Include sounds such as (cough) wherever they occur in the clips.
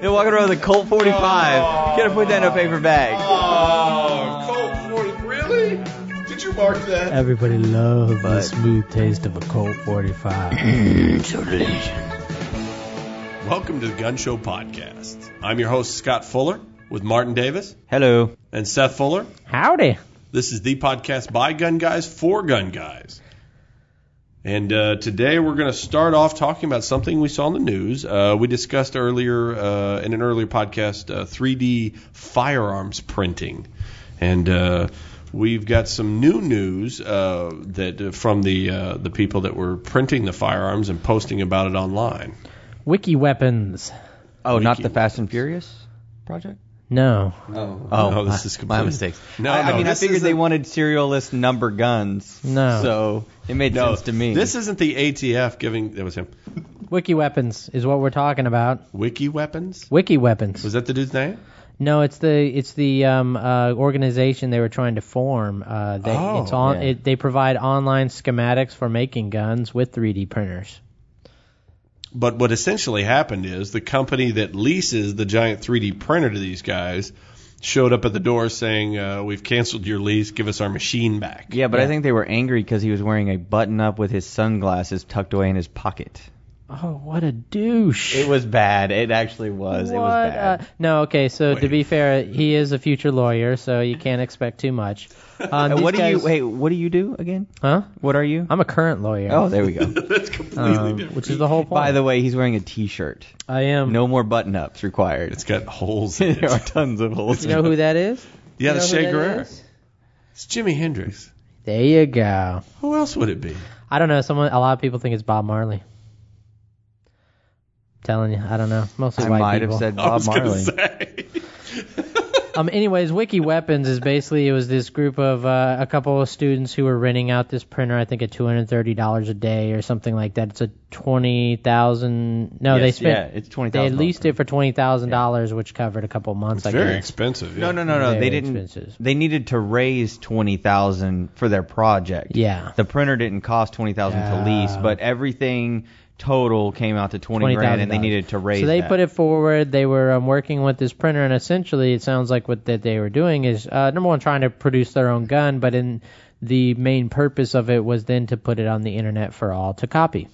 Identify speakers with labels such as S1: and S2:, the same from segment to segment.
S1: They're walking around with a Colt 45. You gotta put that in a paper bag.
S2: Oh, Colt 40. Really? Did you mark that?
S3: Everybody loved the
S1: But-
S3: smooth taste of a Colt 45.
S2: Welcome to the Gun Show Podcast. I'm your host, Scott Fuller, with Martin Davis
S1: Hello.
S2: and Seth Fuller.
S3: Howdy.
S2: This is the podcast by Gun Guys for Gun Guys. And uh, today we're going to start off talking about something we saw in the news. Uh, we discussed earlier uh, in an earlier podcast uh, 3D firearms printing. And uh, we've got some new news uh, that uh, from the uh, the people that were printing the firearms and posting about it online.
S3: Wiki weapons.
S1: Oh, not
S2: Wiki.
S1: the Fast and Furious project?
S3: No.
S2: No,
S1: Oh,
S2: no, this
S1: my-
S2: is
S1: my
S2: complete-
S1: mistakes.
S2: No,
S1: I, I
S2: no,
S1: mean, I
S2: this
S1: figured
S2: isn't-
S1: they wanted serialist number guns.
S3: No.
S1: So it made
S2: No,
S1: sense to me.
S2: This isn't the ATF giving. That was him.
S3: Wiki weapons is what we're talking about.
S2: Wiki weapons.
S3: Wiki weapons.
S2: Was that the dude's name?
S3: No, it's the it's the um, uh, organization they were trying to form. Uh, they,
S2: Oh,
S3: it's on,
S1: yeah.
S3: it, they provide online schematics for making guns with 3D printers.
S2: But what essentially happened is the company that leases the giant 3D printer to these guys showed up at the door saying, uh, "We've canceled your lease. Give us our machine back."
S1: yeah, but I think they were angry because he was wearing a button up with his sunglasses tucked away in his pocket.
S3: Oh, what a douche!
S1: It was bad. It actually was. It was
S3: What uh,
S1: bad. Uh,
S3: a- no, okay. So to
S2: Wait.
S3: be fair, he is a future lawyer, so you can't expect
S1: (laughs)
S3: too much. Um,
S1: Uh,
S3: these
S1: what do you
S3: guys-
S1: wait? What do you do again?
S3: Huh?
S1: What are you?
S3: I'm a current lawyer.
S1: Oh, there we
S3: (laughs)
S1: go.
S2: (laughs) That's completely
S3: um,
S2: different.
S3: which is the whole point.
S1: By the way, he's wearing a T-shirt.
S3: I am.
S1: No more button-ups required.
S2: it's got holes in
S1: (laughs) there are
S2: it.
S1: tons of holes.
S3: You know who
S1: (laughs)
S3: that is?
S2: yeah,
S3: You know
S2: the
S3: who
S2: Shea
S3: that
S2: Guerrero.
S3: is?
S2: It's Jimi Hendrix.
S3: There you go.
S2: Who else would it be? (laughs)
S3: I don't know. Someone, a lot of people think it's Bob Marley. Telling you, I don't know. Mostly
S1: I
S3: white
S1: might
S3: people.
S1: have
S2: (laughs)
S1: said
S2: I
S1: Bob
S2: was gonna
S1: Marley.
S2: say.
S3: Um. Anyways, Wiki Weapons is basically it was this group of uh, a couple of students who were renting out this printer. I think at two hundred thirty dollars a day or something like that. It's a twenty thousand. No, they
S1: Yes,
S3: spent.
S1: Yeah, it's twenty
S3: they
S1: thousand.
S3: leased it for twenty thousand dollars, which covered a couple months. I
S2: Very
S3: guess.
S2: expensive. Yeah.
S1: No, no, no, no.
S3: Very
S1: They didn't.
S3: expensive.
S1: They needed to raise twenty thousand for their project.
S3: Yeah.
S1: The printer didn't cost twenty thousand to
S3: Yeah.
S1: lease, but everything total came out to twenty, grand, and they
S3: $20,000.
S1: needed to raise.
S3: So they
S1: that.
S3: put it forward. They were um, working with this printer, and essentially, it sounds like what that they were doing is uh, number one, trying to produce their own gun, but in the main purpose of it was then to put it on the internet for all to copy.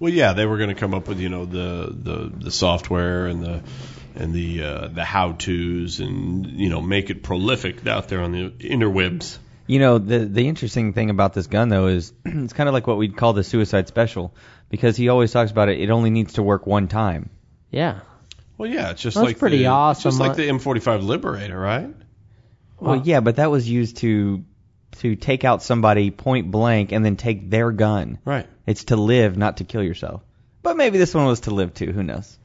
S2: Well, yeah, they were going to come up with you know the the the software and the and the uh, the how tos and you know make it prolific out there on the interwebs.
S1: You know, the the interesting thing about this gun though is (clears throat) it's kind of like what we'd call the suicide special because he always talks about it. It only needs to work one time.
S3: Yeah.
S2: Well, yeah, it's just
S3: That's
S2: like
S3: pretty
S2: the,
S3: awesome.
S2: Just
S1: uh,
S2: like the M45 Liberator, right?
S1: Well,
S3: Wow.
S1: yeah, but that was used to to take out somebody point blank and then take their gun.
S2: Right.
S1: It's to live, not to kill yourself. But maybe this one was to live too. Who knows?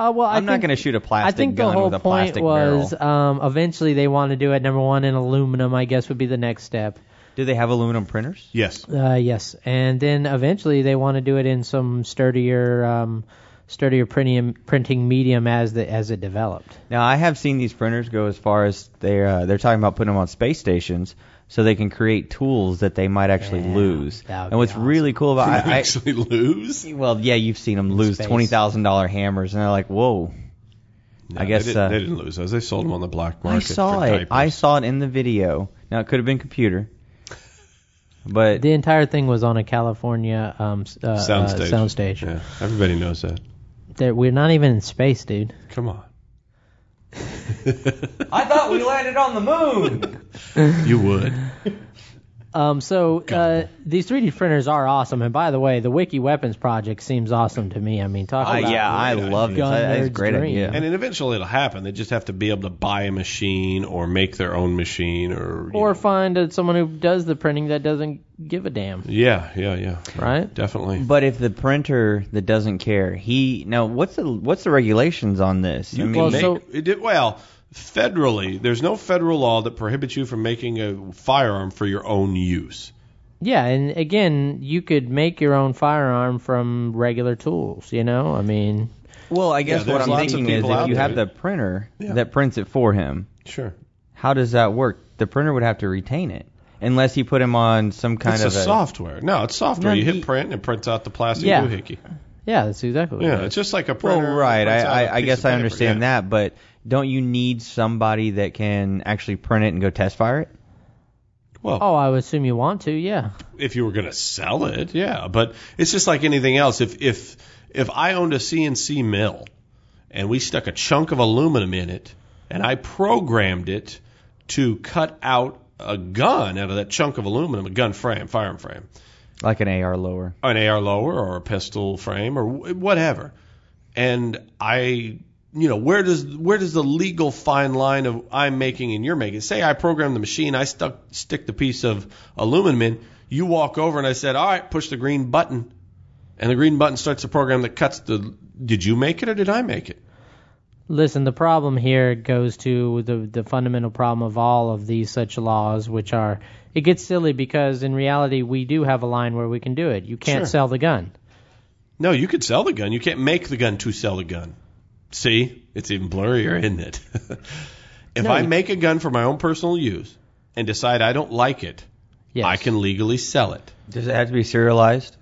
S3: Uh, well, I
S1: I'm not
S3: think-
S1: going to shoot a
S3: I
S1: plastic
S3: think the
S1: gun
S3: whole
S1: with a
S3: point
S1: plastic
S3: was
S1: barrel.
S3: um, eventually they want to do it. Number one, in aluminum, I guess, would be the next step.
S1: Do they have aluminum printers?
S2: Yes.
S3: Uh, yes, and then eventually they want to do it in some sturdier, um, sturdier printing printing medium as the as it developed.
S1: Now I have seen these printers go as far as they're uh, they're talking about putting them on space stations so they can create tools that they might actually
S3: Yeah,
S1: lose.
S3: that would
S1: And
S3: be
S1: what's
S3: awesome.
S1: really cool
S2: (laughs)
S1: about
S2: You
S1: I,
S2: actually lose.
S1: I well yeah you've seen them lose
S3: space.
S1: twenty thousand dollar hammers and they're like whoa
S2: No,
S1: I guess
S2: they didn't,
S1: uh,
S2: they didn't lose those. They sold them on the black
S1: I
S2: market.
S1: saw
S2: for
S1: it
S2: diapers.
S1: I saw it in the video now it could have been computer but
S3: The entire thing was on a California um, s- uh,
S2: soundstage.
S3: Uh, soundstage.
S2: Yeah, everybody knows that.
S3: That- We're not even in space, dude.
S2: Come on.
S1: I thought we landed on the
S3: (laughs)
S1: moon (laughs)
S2: You would.
S3: Um, so uh, these 3D printers are awesome. And by the way, the Wiki Weapons Project seems awesome to me. I mean, talk
S1: Uh,
S3: about
S1: yeah I
S2: Gun
S1: love it that's a
S3: nerd's
S1: great
S3: Oh, dream.
S1: idea
S2: and then eventually it'll happen. They just have to be able to buy a machine or make their own machine or. you
S3: or
S2: know.
S3: find uh, someone who does the printing that doesn't give a damn,
S2: yeah, yeah, yeah.
S3: right?
S2: Definitely.
S1: But if the printer that doesn't care, he now what's the what's the regulations on this?
S2: You
S1: I mean,
S2: can
S3: Well,
S2: make,
S3: so-
S2: it did, well, federally, there's no federal law that prohibits you from making a firearm for your own use.
S3: Yeah, and again, you could make your own firearm from regular tools. You know, I mean,
S1: well, I guess
S2: Yeah,
S1: what
S2: there's
S1: I'm
S2: lots of
S1: thinking is
S2: people
S1: if
S2: out
S1: you
S2: there.
S1: have the printer
S2: Yeah.
S1: that prints it for him,
S2: Sure.
S1: how does that work? The printer would have to retain it unless he put him on some kind
S2: it's
S1: of
S2: a software. No, it's software.
S1: No,
S2: you hit
S1: he-
S2: print and it prints out the plastic
S3: Yeah.
S2: doohickey.
S3: Yeah, that's exactly. What
S2: Yeah,
S3: it
S2: it's
S3: is.
S2: just like a
S1: Well,
S2: printer.
S1: right.
S2: prints out
S1: I,
S2: a
S1: I, I
S2: piece
S1: guess
S2: of
S1: I
S2: paper,
S1: understand
S2: yeah.
S1: that, but don't you need somebody that can actually print it and go test fire it?
S2: Well,
S3: Oh, I would assume you want to. Yeah.
S2: if you were going to sell it, yeah. But it's just like anything else. If if if I owned a CNC mill and we stuck a chunk of aluminum in it and I programmed it to cut out a gun out of that chunk of aluminum, a gun frame, firearm frame,
S1: Like an AR lower.
S2: an AR lower or a pistol frame or wh- whatever, and I. You know where does where does the legal fine line of I'm making and you're making? Say I program the machine, I stuck stick the piece of aluminum in. You walk over and I said, all right, push the green button, and the green button starts the program that cuts the. Did you make it or did I make it?
S3: Listen, the problem here goes to the the fundamental problem of all of these such laws, which are it gets silly because in reality we do have a line where we can do it. You can't
S2: Sure.
S3: sell the gun.
S2: No, you could sell the gun. You can't make the gun to sell the gun. See, it's even blurrier, isn't it? (laughs) if
S3: No,
S2: I
S3: you-
S2: make a gun for my own personal use and decide I don't like it,
S3: Yes.
S2: I can legally sell it.
S1: Does it have to be serialized?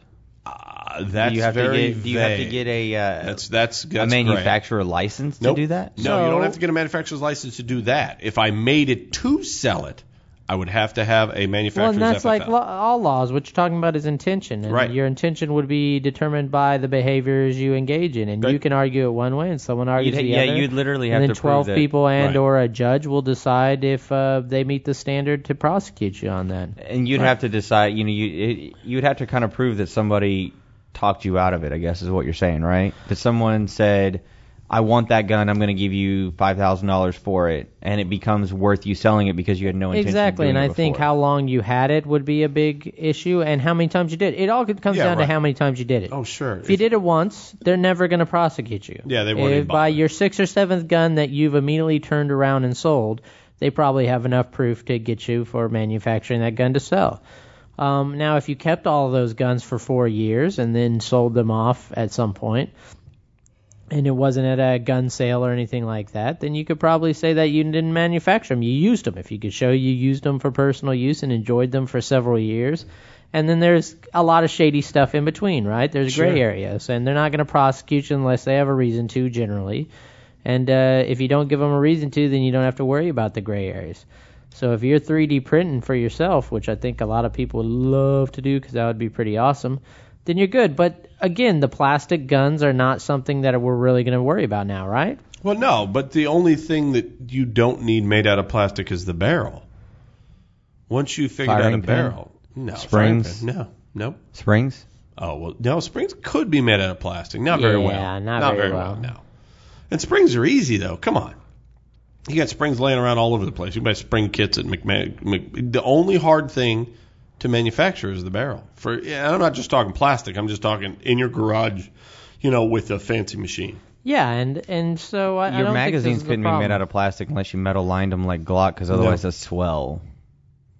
S2: Uh, that's
S1: do you have to
S2: very
S1: get, Do you have to
S2: vague.
S1: get a, uh,
S2: that's that's,
S1: a
S2: that's
S1: manufacturer license
S2: great. Nope.
S1: to do that?
S2: No, you don't
S3: So-
S2: have to get a manufacturer's license to do that. If I made it to sell it, I would have to have a manufacturer's
S3: Well, and that's
S2: FFL.
S3: like lo- all laws. What you're talking about is intention, and
S2: Right.
S3: your intention would be determined by the behaviors you engage in, and
S2: Right.
S3: you can argue it one way, and someone
S1: You'd
S3: argues
S1: ha-
S3: the
S1: yeah,
S3: other.
S1: you'd literally have
S3: and then
S1: to prove
S3: 12
S1: that-
S3: people
S2: Right.
S3: and or a judge will decide if uh, they meet the standard to prosecute you on that.
S1: And you'd have to decide. You know, you it, you'd have to kind of prove that somebody talked you out of it. I guess is what you're saying, right? That someone said, "I want that gun. I'm going to give you five thousand dollars for it," and it becomes worth you selling it because you had no intention.
S3: Exactly,
S1: of doing
S3: and I
S1: it
S3: think
S1: before.
S3: how long you had it would be a big issue, and how many times you did. It It all comes
S2: Yeah,
S3: down
S2: right.
S3: to how many times you did it.
S2: oh sure.
S3: If you did it once, they're never going to prosecute you.
S2: Yeah, they won't even
S3: If by
S2: bother.
S3: your sixth or seventh gun that you've immediately turned around and sold, they probably have enough proof to get you for manufacturing that gun to sell. Um, now, if you kept all of those guns for four years and then sold them off at some point, and it wasn't at a gun sale or anything like that, then you could probably say that you didn't manufacture them. You used them. If you could show you used them for personal use and enjoyed them for several years. And then there's a lot of shady stuff in between, right? There's gray areas, and they're not going to prosecute you unless they have a reason to, generally. And uh, if you don't give them a reason to, then you don't have to worry about the gray areas. So if you're 3D printing for yourself, which I think a lot of people would love to do because that would be pretty awesome, then you're good. But again, the plastic guns are not something that we're really going to worry about now, right?
S2: Well, no, but the only thing that you don't need made out of plastic is the barrel. Once you figured out
S1: Firing
S2: a
S1: pin?
S2: barrel, no firing
S1: Springs?
S2: pin, no, no.
S1: springs.
S2: Oh well, no, springs could be made out of plastic, not very
S3: Yeah,
S2: well,
S3: not very well.
S2: no. And springs are easy though. Come on, you got springs laying around all over the place. You can buy spring kits at McMahon. Mc, the only hard thing to manufacture is the barrel. For and I'm not just talking plastic. I'm just talking in your garage, you know, with a fancy machine.
S3: Yeah, and and so I, I
S1: Your
S3: don't
S1: magazines
S3: think this is
S1: couldn't
S3: a
S1: be made
S3: problem.
S1: out of plastic unless you metal lined them like Glock, because otherwise they swell.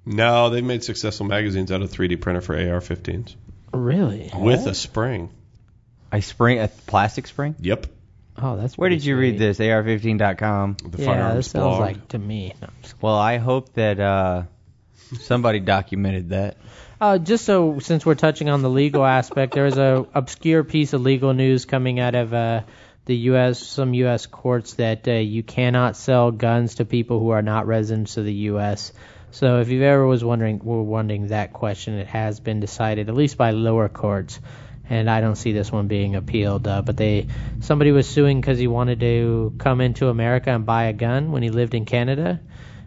S2: No, they've made successful magazines out of 3D printer for AR-15s
S3: really.
S2: with a spring.
S1: A spring, a plastic spring.
S2: Yep,
S3: Oh, that's
S1: Where
S3: pretty
S1: did you
S3: sweet.
S1: read this? AR15.com.
S2: the
S3: yeah,
S2: firearms
S3: this sounds
S2: blog.
S3: like to me. No, I'm just
S1: Well, I hope that uh, somebody documented that.
S3: Uh, just so, since we're touching on the legal aspect, there is a obscure piece of legal news coming out of uh, the U.S. some U.S. courts that uh, you cannot sell guns to people who are not residents of the U.S. So, if you've ever was wondering, were wondering that question, it has been decided at least by lower courts, and I don't see this one being appealed. Uh, but they somebody was suing because he wanted to come into America and buy a gun when he lived in Canada,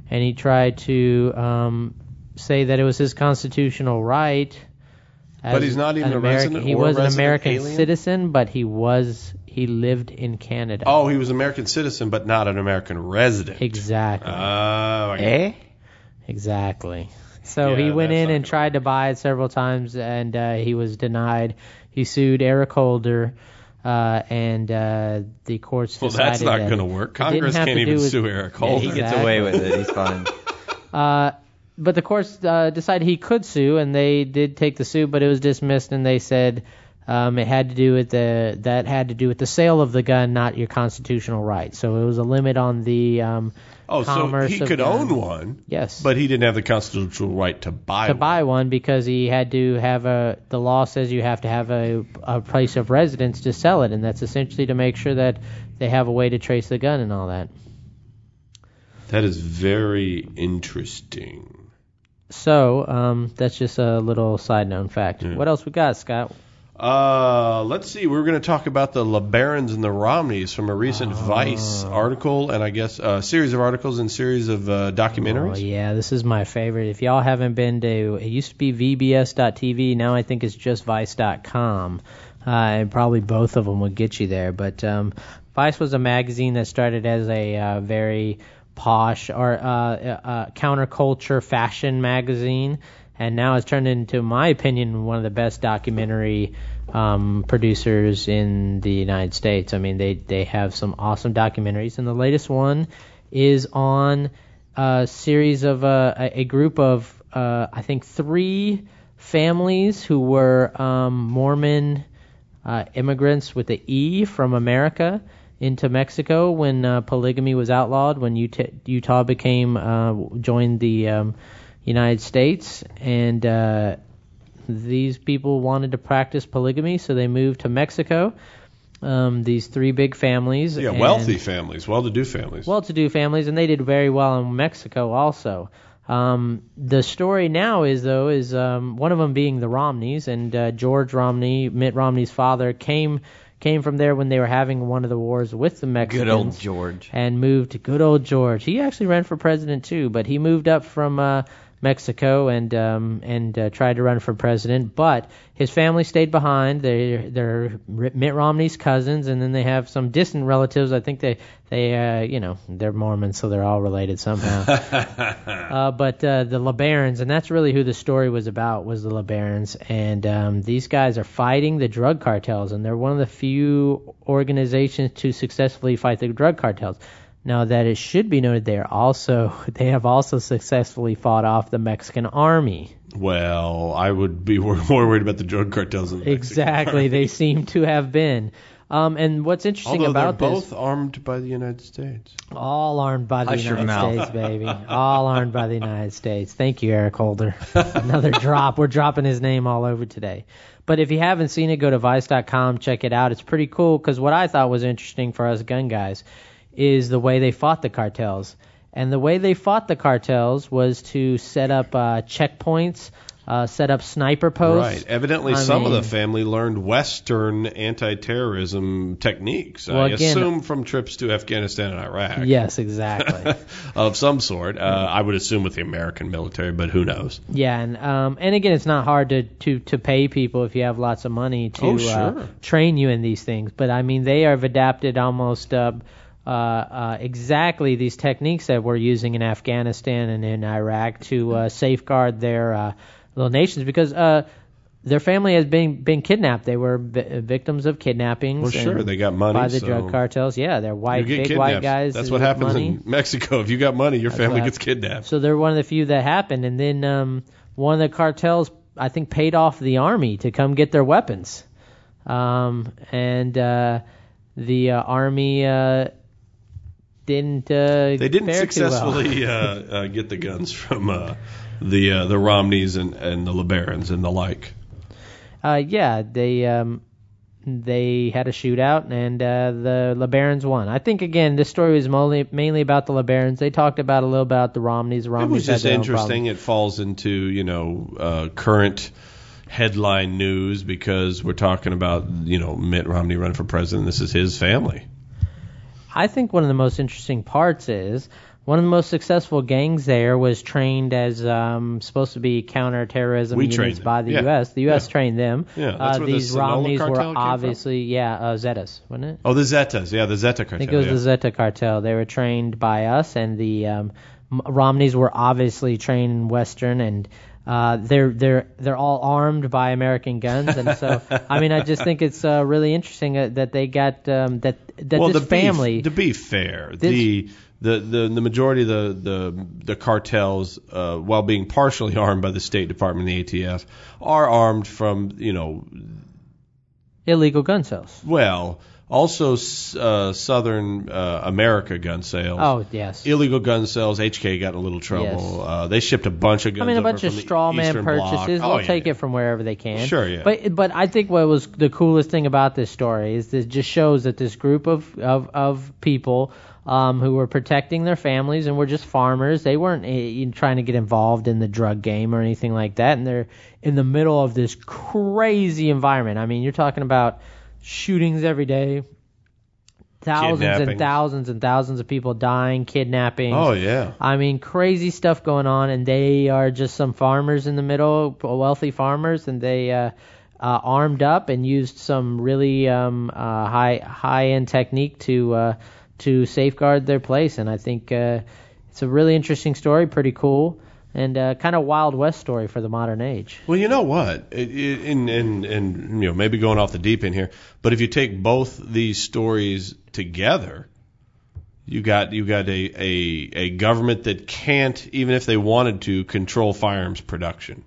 S3: and he tried to um, say that it was his constitutional right. as
S2: But he's not even
S3: an
S2: a resident
S3: American- He
S2: or a
S3: was an
S2: resident
S3: American
S2: alien?
S3: citizen, but he was he lived in Canada.
S2: Oh, he was an American citizen, but not an American resident.
S3: exactly,
S2: Oh, I get
S1: Eh?
S3: exactly. So
S2: Yeah,
S3: he went
S2: that's
S3: in
S2: not
S3: and
S2: good.
S3: tried to buy it several times, and uh, he was denied. He sued Eric Holder, uh, and uh, the courts
S2: Well,
S3: decided
S2: that's not
S3: that
S2: going to work.
S3: didn't
S2: Congress
S3: have
S2: can't
S3: to
S2: even
S3: do with-
S2: sue Eric
S3: Yeah,
S2: Holder.
S1: He gets
S3: Exactly.
S1: away with it. He's fine.
S3: Uh, but the courts uh, decided he could sue, and they did take the suit, but it was dismissed, and they said Um, it had to do with the that had to do with the sale of the gun, not your constitutional right. So it was a limit on the um,
S2: Oh, so
S3: commerce
S2: he
S3: of
S2: could
S3: guns.
S2: own one,
S3: yes,
S2: but he didn't have the constitutional right to buy
S3: to
S2: one.
S3: buy one because he had to have a the law says you have to have a, a place of residence to sell it and that's essentially to make sure that they have a way to trace the gun and all that
S2: That is very interesting.
S3: so um, that's just a little side known fact
S2: Hmm.
S3: what else we got scott
S2: Uh, let's see. We were going to talk about the LeBarons and the Romneys from a
S3: Oh.
S2: recent Vice article, and I guess uh, series of articles and series of uh,
S3: oh
S2: documentaries.
S3: yeah this is my favorite if y'all haven't been to it used to be vbs.tv now i think it's just vice.com uh, and probably both of them would get you there but um, vice was a magazine that started as a uh, very posh or uh, uh, uh, counterculture fashion magazine, and now it's turned into, in my opinion, one of the best documentary um, producers in the United States. I mean, they they have some awesome documentaries, and the latest one is on a series of uh, a, a group of uh, I think three families who were um, Mormon uh, immigrants with the E from America into Mexico when uh, polygamy was outlawed, when Utah, Utah became uh, joined the um, United States, and uh, these people wanted to practice polygamy, so they moved to Mexico. Um, these three big families.
S2: Yeah,
S3: Oh, and-
S2: wealthy families, well-to-do families.
S3: well-to-do families, and they did very well in Mexico also. Um, the story now is though is um, one of them being the Romneys, and uh, George Romney, Mitt Romney's father, came came from there when they were having one of the wars with the Mexicans.
S1: Good
S3: (laughs)
S1: old George.
S3: And moved to good old George. He actually ran for president too, but he moved up from uh, Mexico and um, and uh, tried to run for president. But his family stayed behind. They're they're Mitt Romney's cousins, and then they have some distant relatives. I think they they uh, you know they're Mormons, so they're all related somehow. Uh, but uh, the LeBarons, and that's really who the story was about, was the LeBarons. And um, these guys are fighting the drug cartels, and they're one of the few organizations to successfully fight the drug cartels. Now that it should be noted, they are also (laughs) they have also successfully fought off the Mexican army.
S2: Well, I would be (laughs) wor- more worried about the drug cartels in Mexico.
S3: Exactly, they seem to have been. Um, and what's interesting
S2: Although
S3: about
S2: they're
S3: this,
S2: both armed by the United States.
S3: all armed by the
S1: Hush your
S3: United
S1: mouth.
S3: States, baby, all armed by the United States. Thank you,
S1: (laughs)
S3: Eric Holder. Another drop. We're dropping his name all over today. But if you haven't seen it, go to vice.com, check it out. It's pretty cool because what I thought was interesting for us gun guys is the way they fought the cartels. And the way they fought the cartels was to set up uh, checkpoints, uh, set up sniper posts.
S2: Right. Evidently,
S3: I
S2: some
S3: mean-
S2: of the family learned Western anti-terrorism techniques.
S3: Well,
S2: I
S3: again-
S2: assume from trips to Afghanistan and Iraq
S3: Yes, exactly.
S2: of some sort. Uh, I would assume with the American military, but who knows?
S3: Yeah, and um, and again, it's not hard to, to, to pay people if you have lots of money to
S2: Oh,
S3: uh,
S2: sure.
S3: train you in these things. But I mean, they have adapted almost uh, uh, uh, exactly these techniques that we're using in Afghanistan and in Iraq to
S2: Mm-hmm.
S3: uh, safeguard their uh, little nations because uh, their family has been been kidnapped. They were vi- victims of kidnappings.
S2: Well, sure,
S3: and
S2: they got money,
S3: by the
S2: so
S3: drug cartels. Yeah, they're
S2: You
S3: white,
S2: get
S3: big
S2: kidnapped.
S3: white guys.
S2: That's
S3: with
S2: what happens
S3: money.
S2: in (laughs) Mexico. If you got money, your family
S3: what
S2: gets kidnapped.
S3: So they're one of the few that happened. And then um, one of the cartels, I think, paid off the army to come get their weapons. Um, and uh, the uh, army uh, didn't. Uh,
S2: They didn't
S3: fare too well.
S2: successfully uh, uh, get the guns from uh, the uh, the Romneys and, and the LeBarons and the like.
S3: Uh, yeah, they um, they had a shootout and uh, the LeBarons won. I think again, this story was mainly mainly about the LeBarons. They talked about a little about the Romneys. The Romneys
S2: It was
S3: had
S2: just
S3: their own
S2: interesting.
S3: problems.
S2: It falls into you know uh, current headline news because we're talking about you know Mitt Romney running for president. This is his family.
S3: I think one of the most interesting parts is one of the most successful gangs there was trained as um, supposed to be counterterrorism
S2: We trained
S3: units
S2: them.
S3: by the
S2: Yeah.
S3: U.S. The U.S.
S2: Yeah.
S3: trained them.
S2: Yeah, that's
S3: uh,
S2: where the
S3: these
S2: Sinaloa
S3: Romneys
S2: cartel
S3: were
S2: came from?
S3: obviously, yeah, uh, Zetas, wasn't it?
S2: Oh, the Zetas. Yeah, the Zeta
S3: I
S2: cartel.
S3: think it was
S2: yeah.
S3: the Zeta cartel. They were trained by us, and the um, M- Romneys were obviously trained in Western, and uh, they're they're they're all armed by American guns,
S2: (laughs)
S3: and so I mean, I just think it's uh, really interesting uh, that they got um, that that
S2: well,
S3: this
S2: to
S3: family.
S2: Be, to be fair, the, the the the majority of the the, the cartels, uh, while being (laughs) partially armed by the State Department and the ATF, are armed from you know
S3: illegal gun sales.
S2: Well, also s- uh, Southern uh, America gun sales.
S3: Oh yes.
S2: Illegal gun sales. HK got in a little trouble.
S3: Yes.
S2: Uh, they shipped a bunch of guns.
S3: I mean, a
S2: over
S3: bunch of
S2: from the
S3: straw man
S2: Eastern Bloc.
S3: purchases.
S2: Oh,
S3: They'll
S2: yeah,
S3: take
S2: yeah.
S3: it from wherever they can.
S2: Sure, yeah.
S3: But but I think what was the coolest thing about this story is this just shows that this group of of of people um, who were protecting their families and were just farmers. They weren't eh, trying to get involved in the drug game or anything like that. And they're in the middle of this crazy environment. I mean, you're talking about shootings every day. Thousands and
S2: Kidnappings.
S3: thousands and thousands of people dying, kidnappings.
S2: Oh yeah.
S3: I mean, crazy stuff going on, and they are just some farmers in the middle, wealthy farmers, and they uh, uh, armed up and used some really um, uh, high high end technique to uh, to safeguard their place. And I think uh, it's a really interesting story, pretty cool, and uh, kind of Wild West story for the modern age.
S2: Well, you know what? It, it, and, and, and, you know, maybe going off the deep end here, but if you take both these stories together, you got you got a, a, a government that can't, even if they wanted to, control firearms production.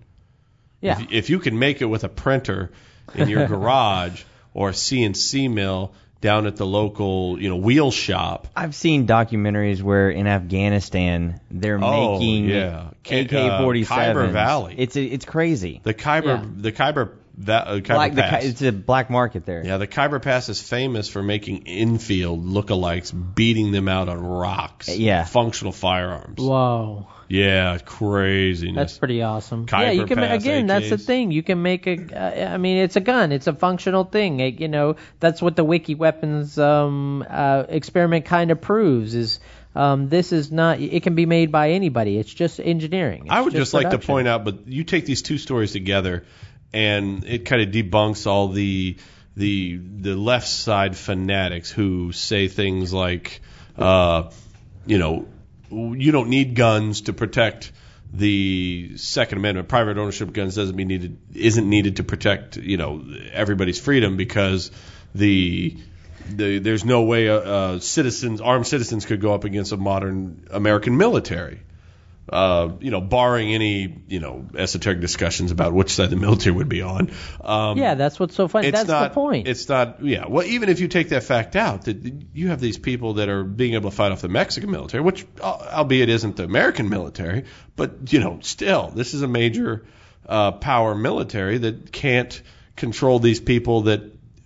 S3: Yeah,
S2: If, if you can make it with a printer in
S3: (laughs)
S2: your garage or a CNC mill down at the local, you know, wheel shop,
S1: I've seen documentaries where in Afghanistan they're
S2: Oh,
S1: making
S2: yeah. Ki- uh,
S1: AK-47s.
S2: Khyber Valley.
S1: It's it's crazy.
S2: the Khyber
S3: Yeah.
S2: the Khyber, that, uh, Khyber
S1: Black, the,
S2: Pass.
S1: ki- it's a black market there.
S2: Yeah, the Khyber Pass is famous for making infield lookalikes beating them out on rocks.
S1: Yeah.
S2: Functional firearms.
S3: whoa.
S2: Yeah,
S3: That's
S2: craziness.
S3: pretty awesome.
S2: Kuiper
S3: yeah, you can ma-
S2: Pass
S3: again. That's the
S2: AKs.
S3: thing. You can make a. Uh, I mean, it's a gun. It's a functional thing. It, you know, that's what the wiki weapons um, uh, experiment kind of proves. Is um, this is not. It can be made by anybody. It's just engineering. It's
S2: I would just like to
S3: production.
S2: point out, but you take these two stories together and it kind of debunks all the the the left side fanatics who say things like uh, you know, you don't need guns to protect the Second Amendment. Private ownership of guns doesn't be needed isn't needed to protect you know everybody's freedom because the the, there's no way uh, uh, citizens, armed citizens, could go up against a modern American military. Uh, you know, barring any you know esoteric discussions about which side the military would be on. Um,
S3: Yeah, that's what's so funny.
S2: it's
S3: That's
S2: not,
S3: the point.
S2: It's not, yeah. Well, even if you take that fact out, that you have these people that are being able to fight off the Mexican military, which, al- albeit isn't the American military, but you know, still, this is a major uh, power military that can't control these people that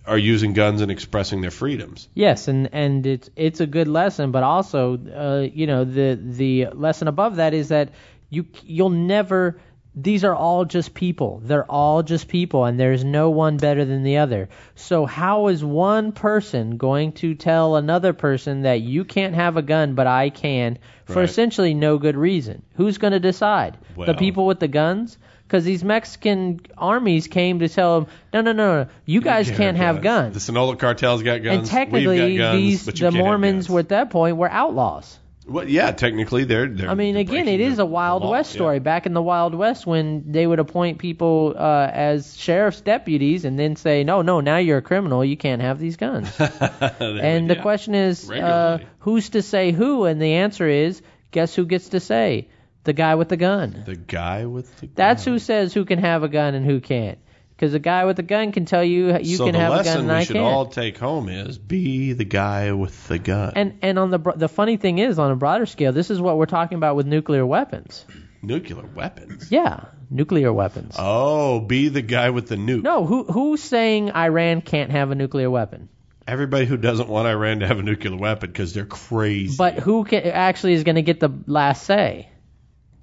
S2: are using guns and expressing their freedoms.
S3: Yes, and and it's it's a good lesson, but also uh, you know the the lesson above that is that you you'll never. These are all just people. They're all just people, and there's no one better than the other. So how is one person going to tell another person that you can't have a gun, but I can, for
S2: Right.
S3: essentially no good reason? Who's going to decide?
S2: Well-
S3: the people with the guns? Because these Mexican armies came to tell them, no, no, no, no, you guys can't have guns.
S2: The Sinaloa cartel's got guns.
S3: And
S2: we've
S3: technically,
S2: got guns,
S3: these
S2: but you
S3: the
S2: can't have
S3: Mormons
S2: guns.
S3: were at that point were outlaws.
S2: Well, yeah, technically they're. they're
S3: I mean,
S2: they're
S3: again, it
S2: breaking
S3: is
S2: the-
S3: a Wild
S2: the law,
S3: West
S2: yeah.
S3: story. Back in the Wild West, when they would appoint people uh, as sheriff's deputies and then say, "No, no, now you're a criminal. You can't have these
S2: (laughs)
S3: guns."
S2: They
S3: and
S2: would,
S3: the
S2: yeah.
S3: question is, uh,
S2: Regularly.
S3: who's to say who? And the answer is, guess who gets to say? The guy with the gun.
S2: The guy with the.
S3: That's who says who can have a gun and who can't. Because the guy with the gun can tell you you
S2: so
S3: can
S2: the
S3: have a
S2: lesson
S3: gun and
S2: we
S3: I
S2: should
S3: can't.
S2: all take home is be the guy with the gun.
S3: And and on the bro- the funny thing is, on a broader scale, this is what we're talking about with nuclear weapons.
S2: Nuclear weapons.
S3: Yeah, nuclear weapons.
S1: Uh.
S2: Oh, be the guy with the nuke.
S3: no, who who's saying Iran can't have a nuclear weapon?
S2: Everybody who doesn't want Iran to have a nuclear weapon because they're crazy.
S3: But who can, actually is going to get the last say?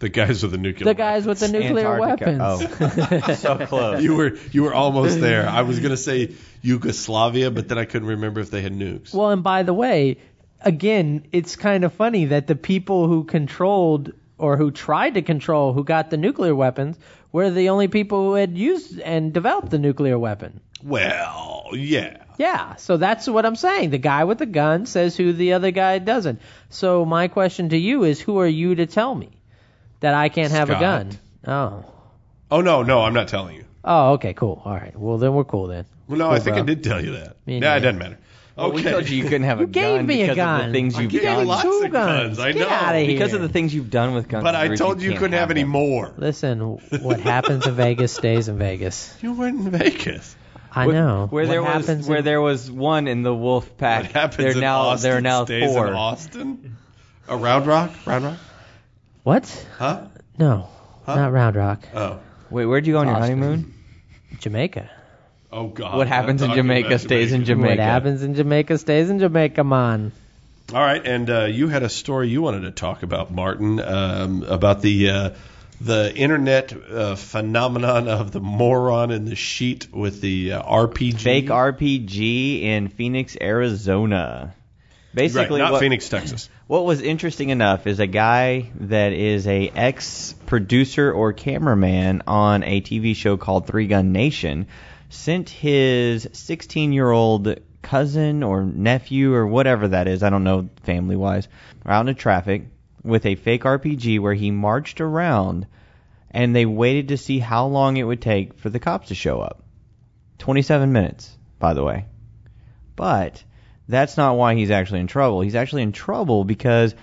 S2: the guys with the nuclear.
S3: The guys with the nuclear
S1: Antarctica.
S3: weapons.
S1: Oh. so close.
S2: weapon. Uh, You were you were
S3: (laughs)
S2: almost there. I was gonna say Yugoslavia, but then I couldn't remember if they had nukes.
S3: Well, and by the way, again, it's kind of funny that the people who controlled or who tried to control who got the nuclear weapons were the only people who had used and developed the nuclear weapon.
S2: Well, yeah.
S3: Yeah, so that's what I'm saying. The guy with the gun says who the other guy doesn't. So my question to you is, who are you to tell me that I can't have a
S2: Scott.
S3: gun? Oh,
S2: Oh no, no, I'm not telling you.
S3: oh, okay, cool. All right, well then we're cool then.
S2: Well, no, I think
S3: bro.
S2: I did tell you that.
S3: Me
S2: yeah, it
S3: neither.
S2: doesn't matter.
S1: Well,
S2: okay.
S1: Oh, We told you you couldn't have a
S3: You
S1: gun
S3: gave me a
S1: because of
S3: gun.
S1: the things
S3: I
S1: you've
S2: gave you
S1: done.
S2: lots
S3: Two
S2: of guns,
S3: guns.
S2: I
S3: Get
S2: know.
S3: out of here.
S1: Because of the things you've done with guns.
S2: (laughs) But I
S1: Bruce,
S2: told you you
S1: can't
S2: couldn't have any
S1: them.
S2: more.
S3: Listen, what happens in Vegas stays in Vegas.
S2: You weren't in Vegas.
S3: I know.
S1: Where
S3: What
S1: there
S3: happens
S1: was where
S3: in-
S1: there was one in the wolf pack,
S2: What happens
S1: they're
S2: in
S1: now
S2: Austin
S1: they're now
S2: stays
S1: four.
S2: in Austin? A Round Rock? Round Rock?
S3: What?
S2: Huh?
S3: No,
S2: Huh?
S3: not Round Rock,
S2: Oh.
S1: Wait, where'd you go on your
S3: Austin.
S1: honeymoon?
S3: Jamaica.
S2: Oh God.
S1: What happens in
S2: Talking
S1: Jamaica
S2: about
S1: stays in
S3: What
S1: Jamaica.
S3: happens in Jamaica stays in Jamaica, man.
S2: All right, and uh, you had a story you wanted to talk about, Martin, um, about the uh, the internet uh, phenomenon of the moron in the sheet with the uh, RPG.
S1: Fake RPG in Phoenix, Arizona.
S2: Right,
S1: Basically,
S2: not
S1: what,
S2: Phoenix, Texas.
S1: What was interesting enough is a guy that is a ex producer or cameraman on a TV show called Three Gun Nation sent his 16 year old cousin or nephew or whatever that is, I don't know family wise, out into traffic with a fake RPG where he marched around and they waited to see how long it would take for the cops to show up. 27 minutes, by the way. But that's not why he's actually in trouble. He's actually in trouble because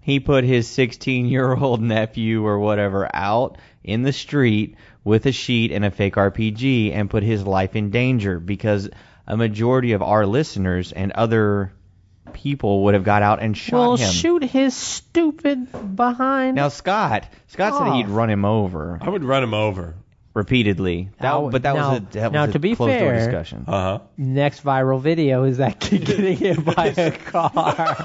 S1: he put his 16 year old (laughs) nephew or whatever out in the street with a sheet and a fake RPG and put his life in danger because a majority of our listeners and other people would have got out and shot
S3: Well,
S1: him.
S3: shoot his stupid behind.
S1: Now Scott, Scott said
S3: Oh.
S1: he'd run him over
S2: I would run him over.
S1: repeatedly. That-
S3: Now-
S1: but that
S3: now-
S1: was a, that
S3: now
S1: was a
S3: to be
S1: closed door
S3: fair-
S1: discussion.
S2: Uh huh.
S3: Next viral video is that
S2: (laughs)
S3: kid getting hit by a car.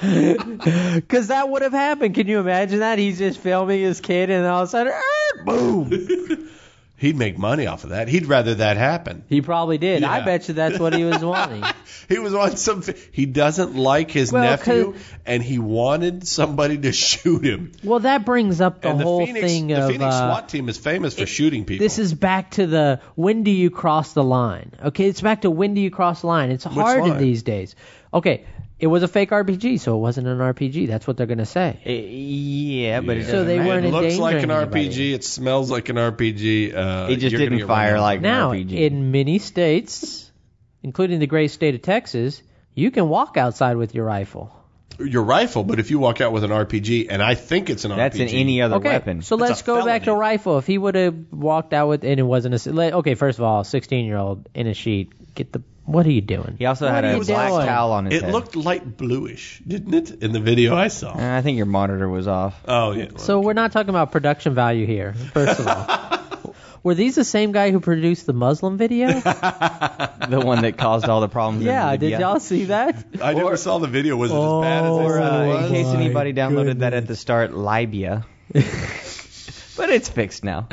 S3: Because that would have happened. Can you imagine that? He's just filming his kid, and all of a sudden, "Er, boom!
S2: He'd make money off of that. He'd rather that happen.
S3: He probably did. I
S2: Yeah.
S3: bet you that's what
S2: (laughs)
S3: he was wanting.
S2: He was on some. He doesn't like his
S3: Well,
S2: nephew,
S3: 'cause-
S2: and he wanted somebody to shoot him.
S3: Well, that brings up the,
S2: and the
S3: whole
S2: Phoenix,
S3: thing
S2: the
S3: of
S2: Phoenix
S3: uh,
S2: SWAT team is famous for shooting people.
S3: This is back to the when do you cross the line? Okay, it's back to when do you cross the line? It's hard
S2: line?
S3: these days. Okay, it was a fake RPG, so it wasn't an RPG. That's what they're gonna say.
S1: Uh, yeah, but it
S3: So
S1: doesn't
S3: they
S1: matter.
S3: weren't
S2: It looks like an
S3: endangering
S2: RPG.
S3: anybody.
S2: It smells like an RPG. Uh,
S1: It just
S2: you're gonna
S1: didn't
S2: get
S1: fire
S2: run
S1: like
S3: Now,
S1: an RPG.
S3: in many states, including the great state of Texas, you can walk outside with your rifle.
S2: over. your rifle, but if you walk out with an RPG, and I think it's an
S1: That's
S2: RPG.
S1: in any other
S3: okay,
S1: weapon.
S3: so
S2: That's
S3: let's
S2: a
S3: go back to
S2: felony.
S3: rifle. If he would have walked out with and it wasn't a s- let- okay, first of all, 16 year old in a sheet, get the what are you doing?
S1: he also
S3: What
S1: had
S3: are
S1: a
S3: you
S1: black
S3: doing?
S1: towel on his
S2: It
S1: head.
S2: looked light bluish, didn't it? In the video I saw.
S1: Uh, I think your monitor was off.
S2: oh yeah.
S3: So we're not talking about production value here, first of all.
S2: (laughs)
S3: Were these the same guy who produced the Muslim video?
S1: (laughs) the one that caused all the problems. in
S3: yeah,
S1: the
S3: did
S1: media.
S3: y'all see
S2: (laughs)
S3: that?
S2: I never saw the video. Was it as bad as
S3: Oh,
S2: I
S1: Or,
S2: said
S1: uh,
S2: it
S1: in
S2: was?
S1: case
S3: my
S1: anybody downloaded that at the start, (laughs) Libya. but it's fixed now.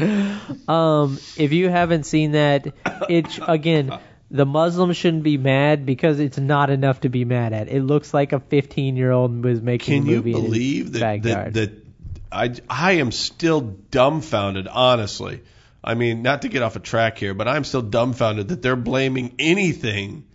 S3: Um, if you haven't seen that, it again, the Muslims shouldn't be mad because it's not enough to be mad at. It looks like a 15-year-old was making
S2: Can
S3: a
S2: you
S3: movie
S2: believe
S3: in
S2: that,
S3: his
S2: that
S3: backyard.
S2: that I I am still dumbfounded, honestly. I mean, not to get off a track here, but I'm still dumbfounded that they're blaming anything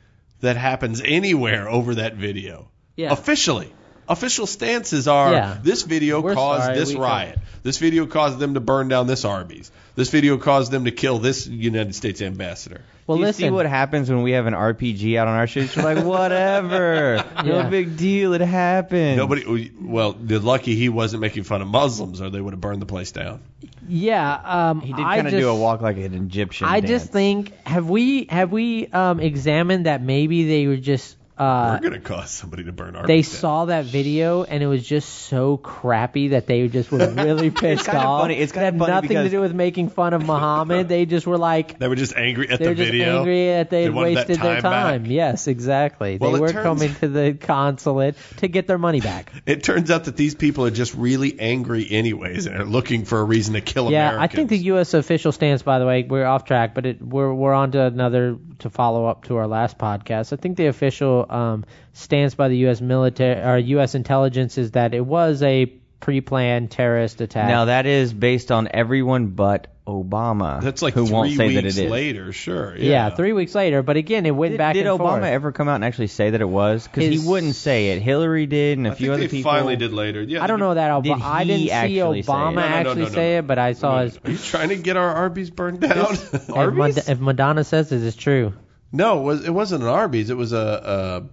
S2: that happens anywhere over that video.
S3: Yeah.
S2: Officially. Official stances are
S3: Yeah.
S2: this video
S3: We're
S2: caused
S3: sorry,
S2: this
S3: we-
S2: riot. This video caused them to burn down this Arby's. This video caused them to kill this United States ambassador.
S3: well,
S1: you
S3: listen.
S1: see what happens when we have an RPG out on our show? It's
S3: (laughs)
S1: like, whatever.
S3: Yeah.
S1: No big deal. It happened.
S2: Nobody well, they're lucky he wasn't making fun of Muslims or they would have burned the place down.
S3: yeah, um,
S1: He did
S3: I
S1: kind of do a
S3: just-
S1: walk like an Egyptian.
S3: I
S1: dance.
S3: just think have we have we um, examined that maybe they were just uh,
S2: We're gonna cause somebody to burn Arby's.
S3: they
S2: down.
S3: saw that video and it was just so crappy that they just were really pissed
S1: kinda
S3: off.
S1: funny- it's
S3: It
S1: kinda
S3: had
S1: funny
S3: nothing to
S1: because-
S3: do with making fun of Muhammad. they just were like
S2: They were just angry at
S3: they
S2: the
S3: were just
S2: video.
S3: angry that they,
S2: They
S3: had
S2: wanted that
S3: wasted their
S2: time back.
S3: time. Yes, exactly.
S2: Well,
S3: they
S2: it
S3: were
S2: turns-
S3: coming to the consulate to get their money back.
S2: (laughs) It turns out that these people are just really angry anyways and are looking for a reason to kill
S3: yeah,
S2: Americans.
S3: I think the U.S. official stance. By the way, we're off track, but it, we're we're on to another to follow up to our last podcast. I think the official um, stance by the U.S. military or U.S. intelligence is that it was a pre-planned terrorist attack.
S1: Now, that is based on everyone but Obama.
S2: That's like
S1: who
S2: 3
S1: won't say
S2: weeks
S1: that it is.
S2: later, sure.
S3: yeah.
S2: Yeah,
S3: three weeks later, but again, it went
S1: Did,
S3: back
S1: did
S3: and
S1: Obama
S3: forth.
S1: ever come out and actually say that it was? Because he
S3: His-
S1: wouldn't say it. Hillary did, and a
S2: I
S1: few
S2: think
S1: other
S2: they
S1: people.
S2: finally did later. Yeah,
S3: I don't know that Obama.
S1: Did
S3: I
S1: he
S3: didn't see
S1: actually say it?
S3: Obama
S1: No, no,
S2: no, no,
S3: actually
S2: no, no.
S3: say it, but I saw
S2: Are
S3: his.
S2: you trying to get our Arby's burned down? (laughs)
S3: If, Mad- if Madonna says it is true,
S2: no, it, was, it wasn't an Arby's. It was a,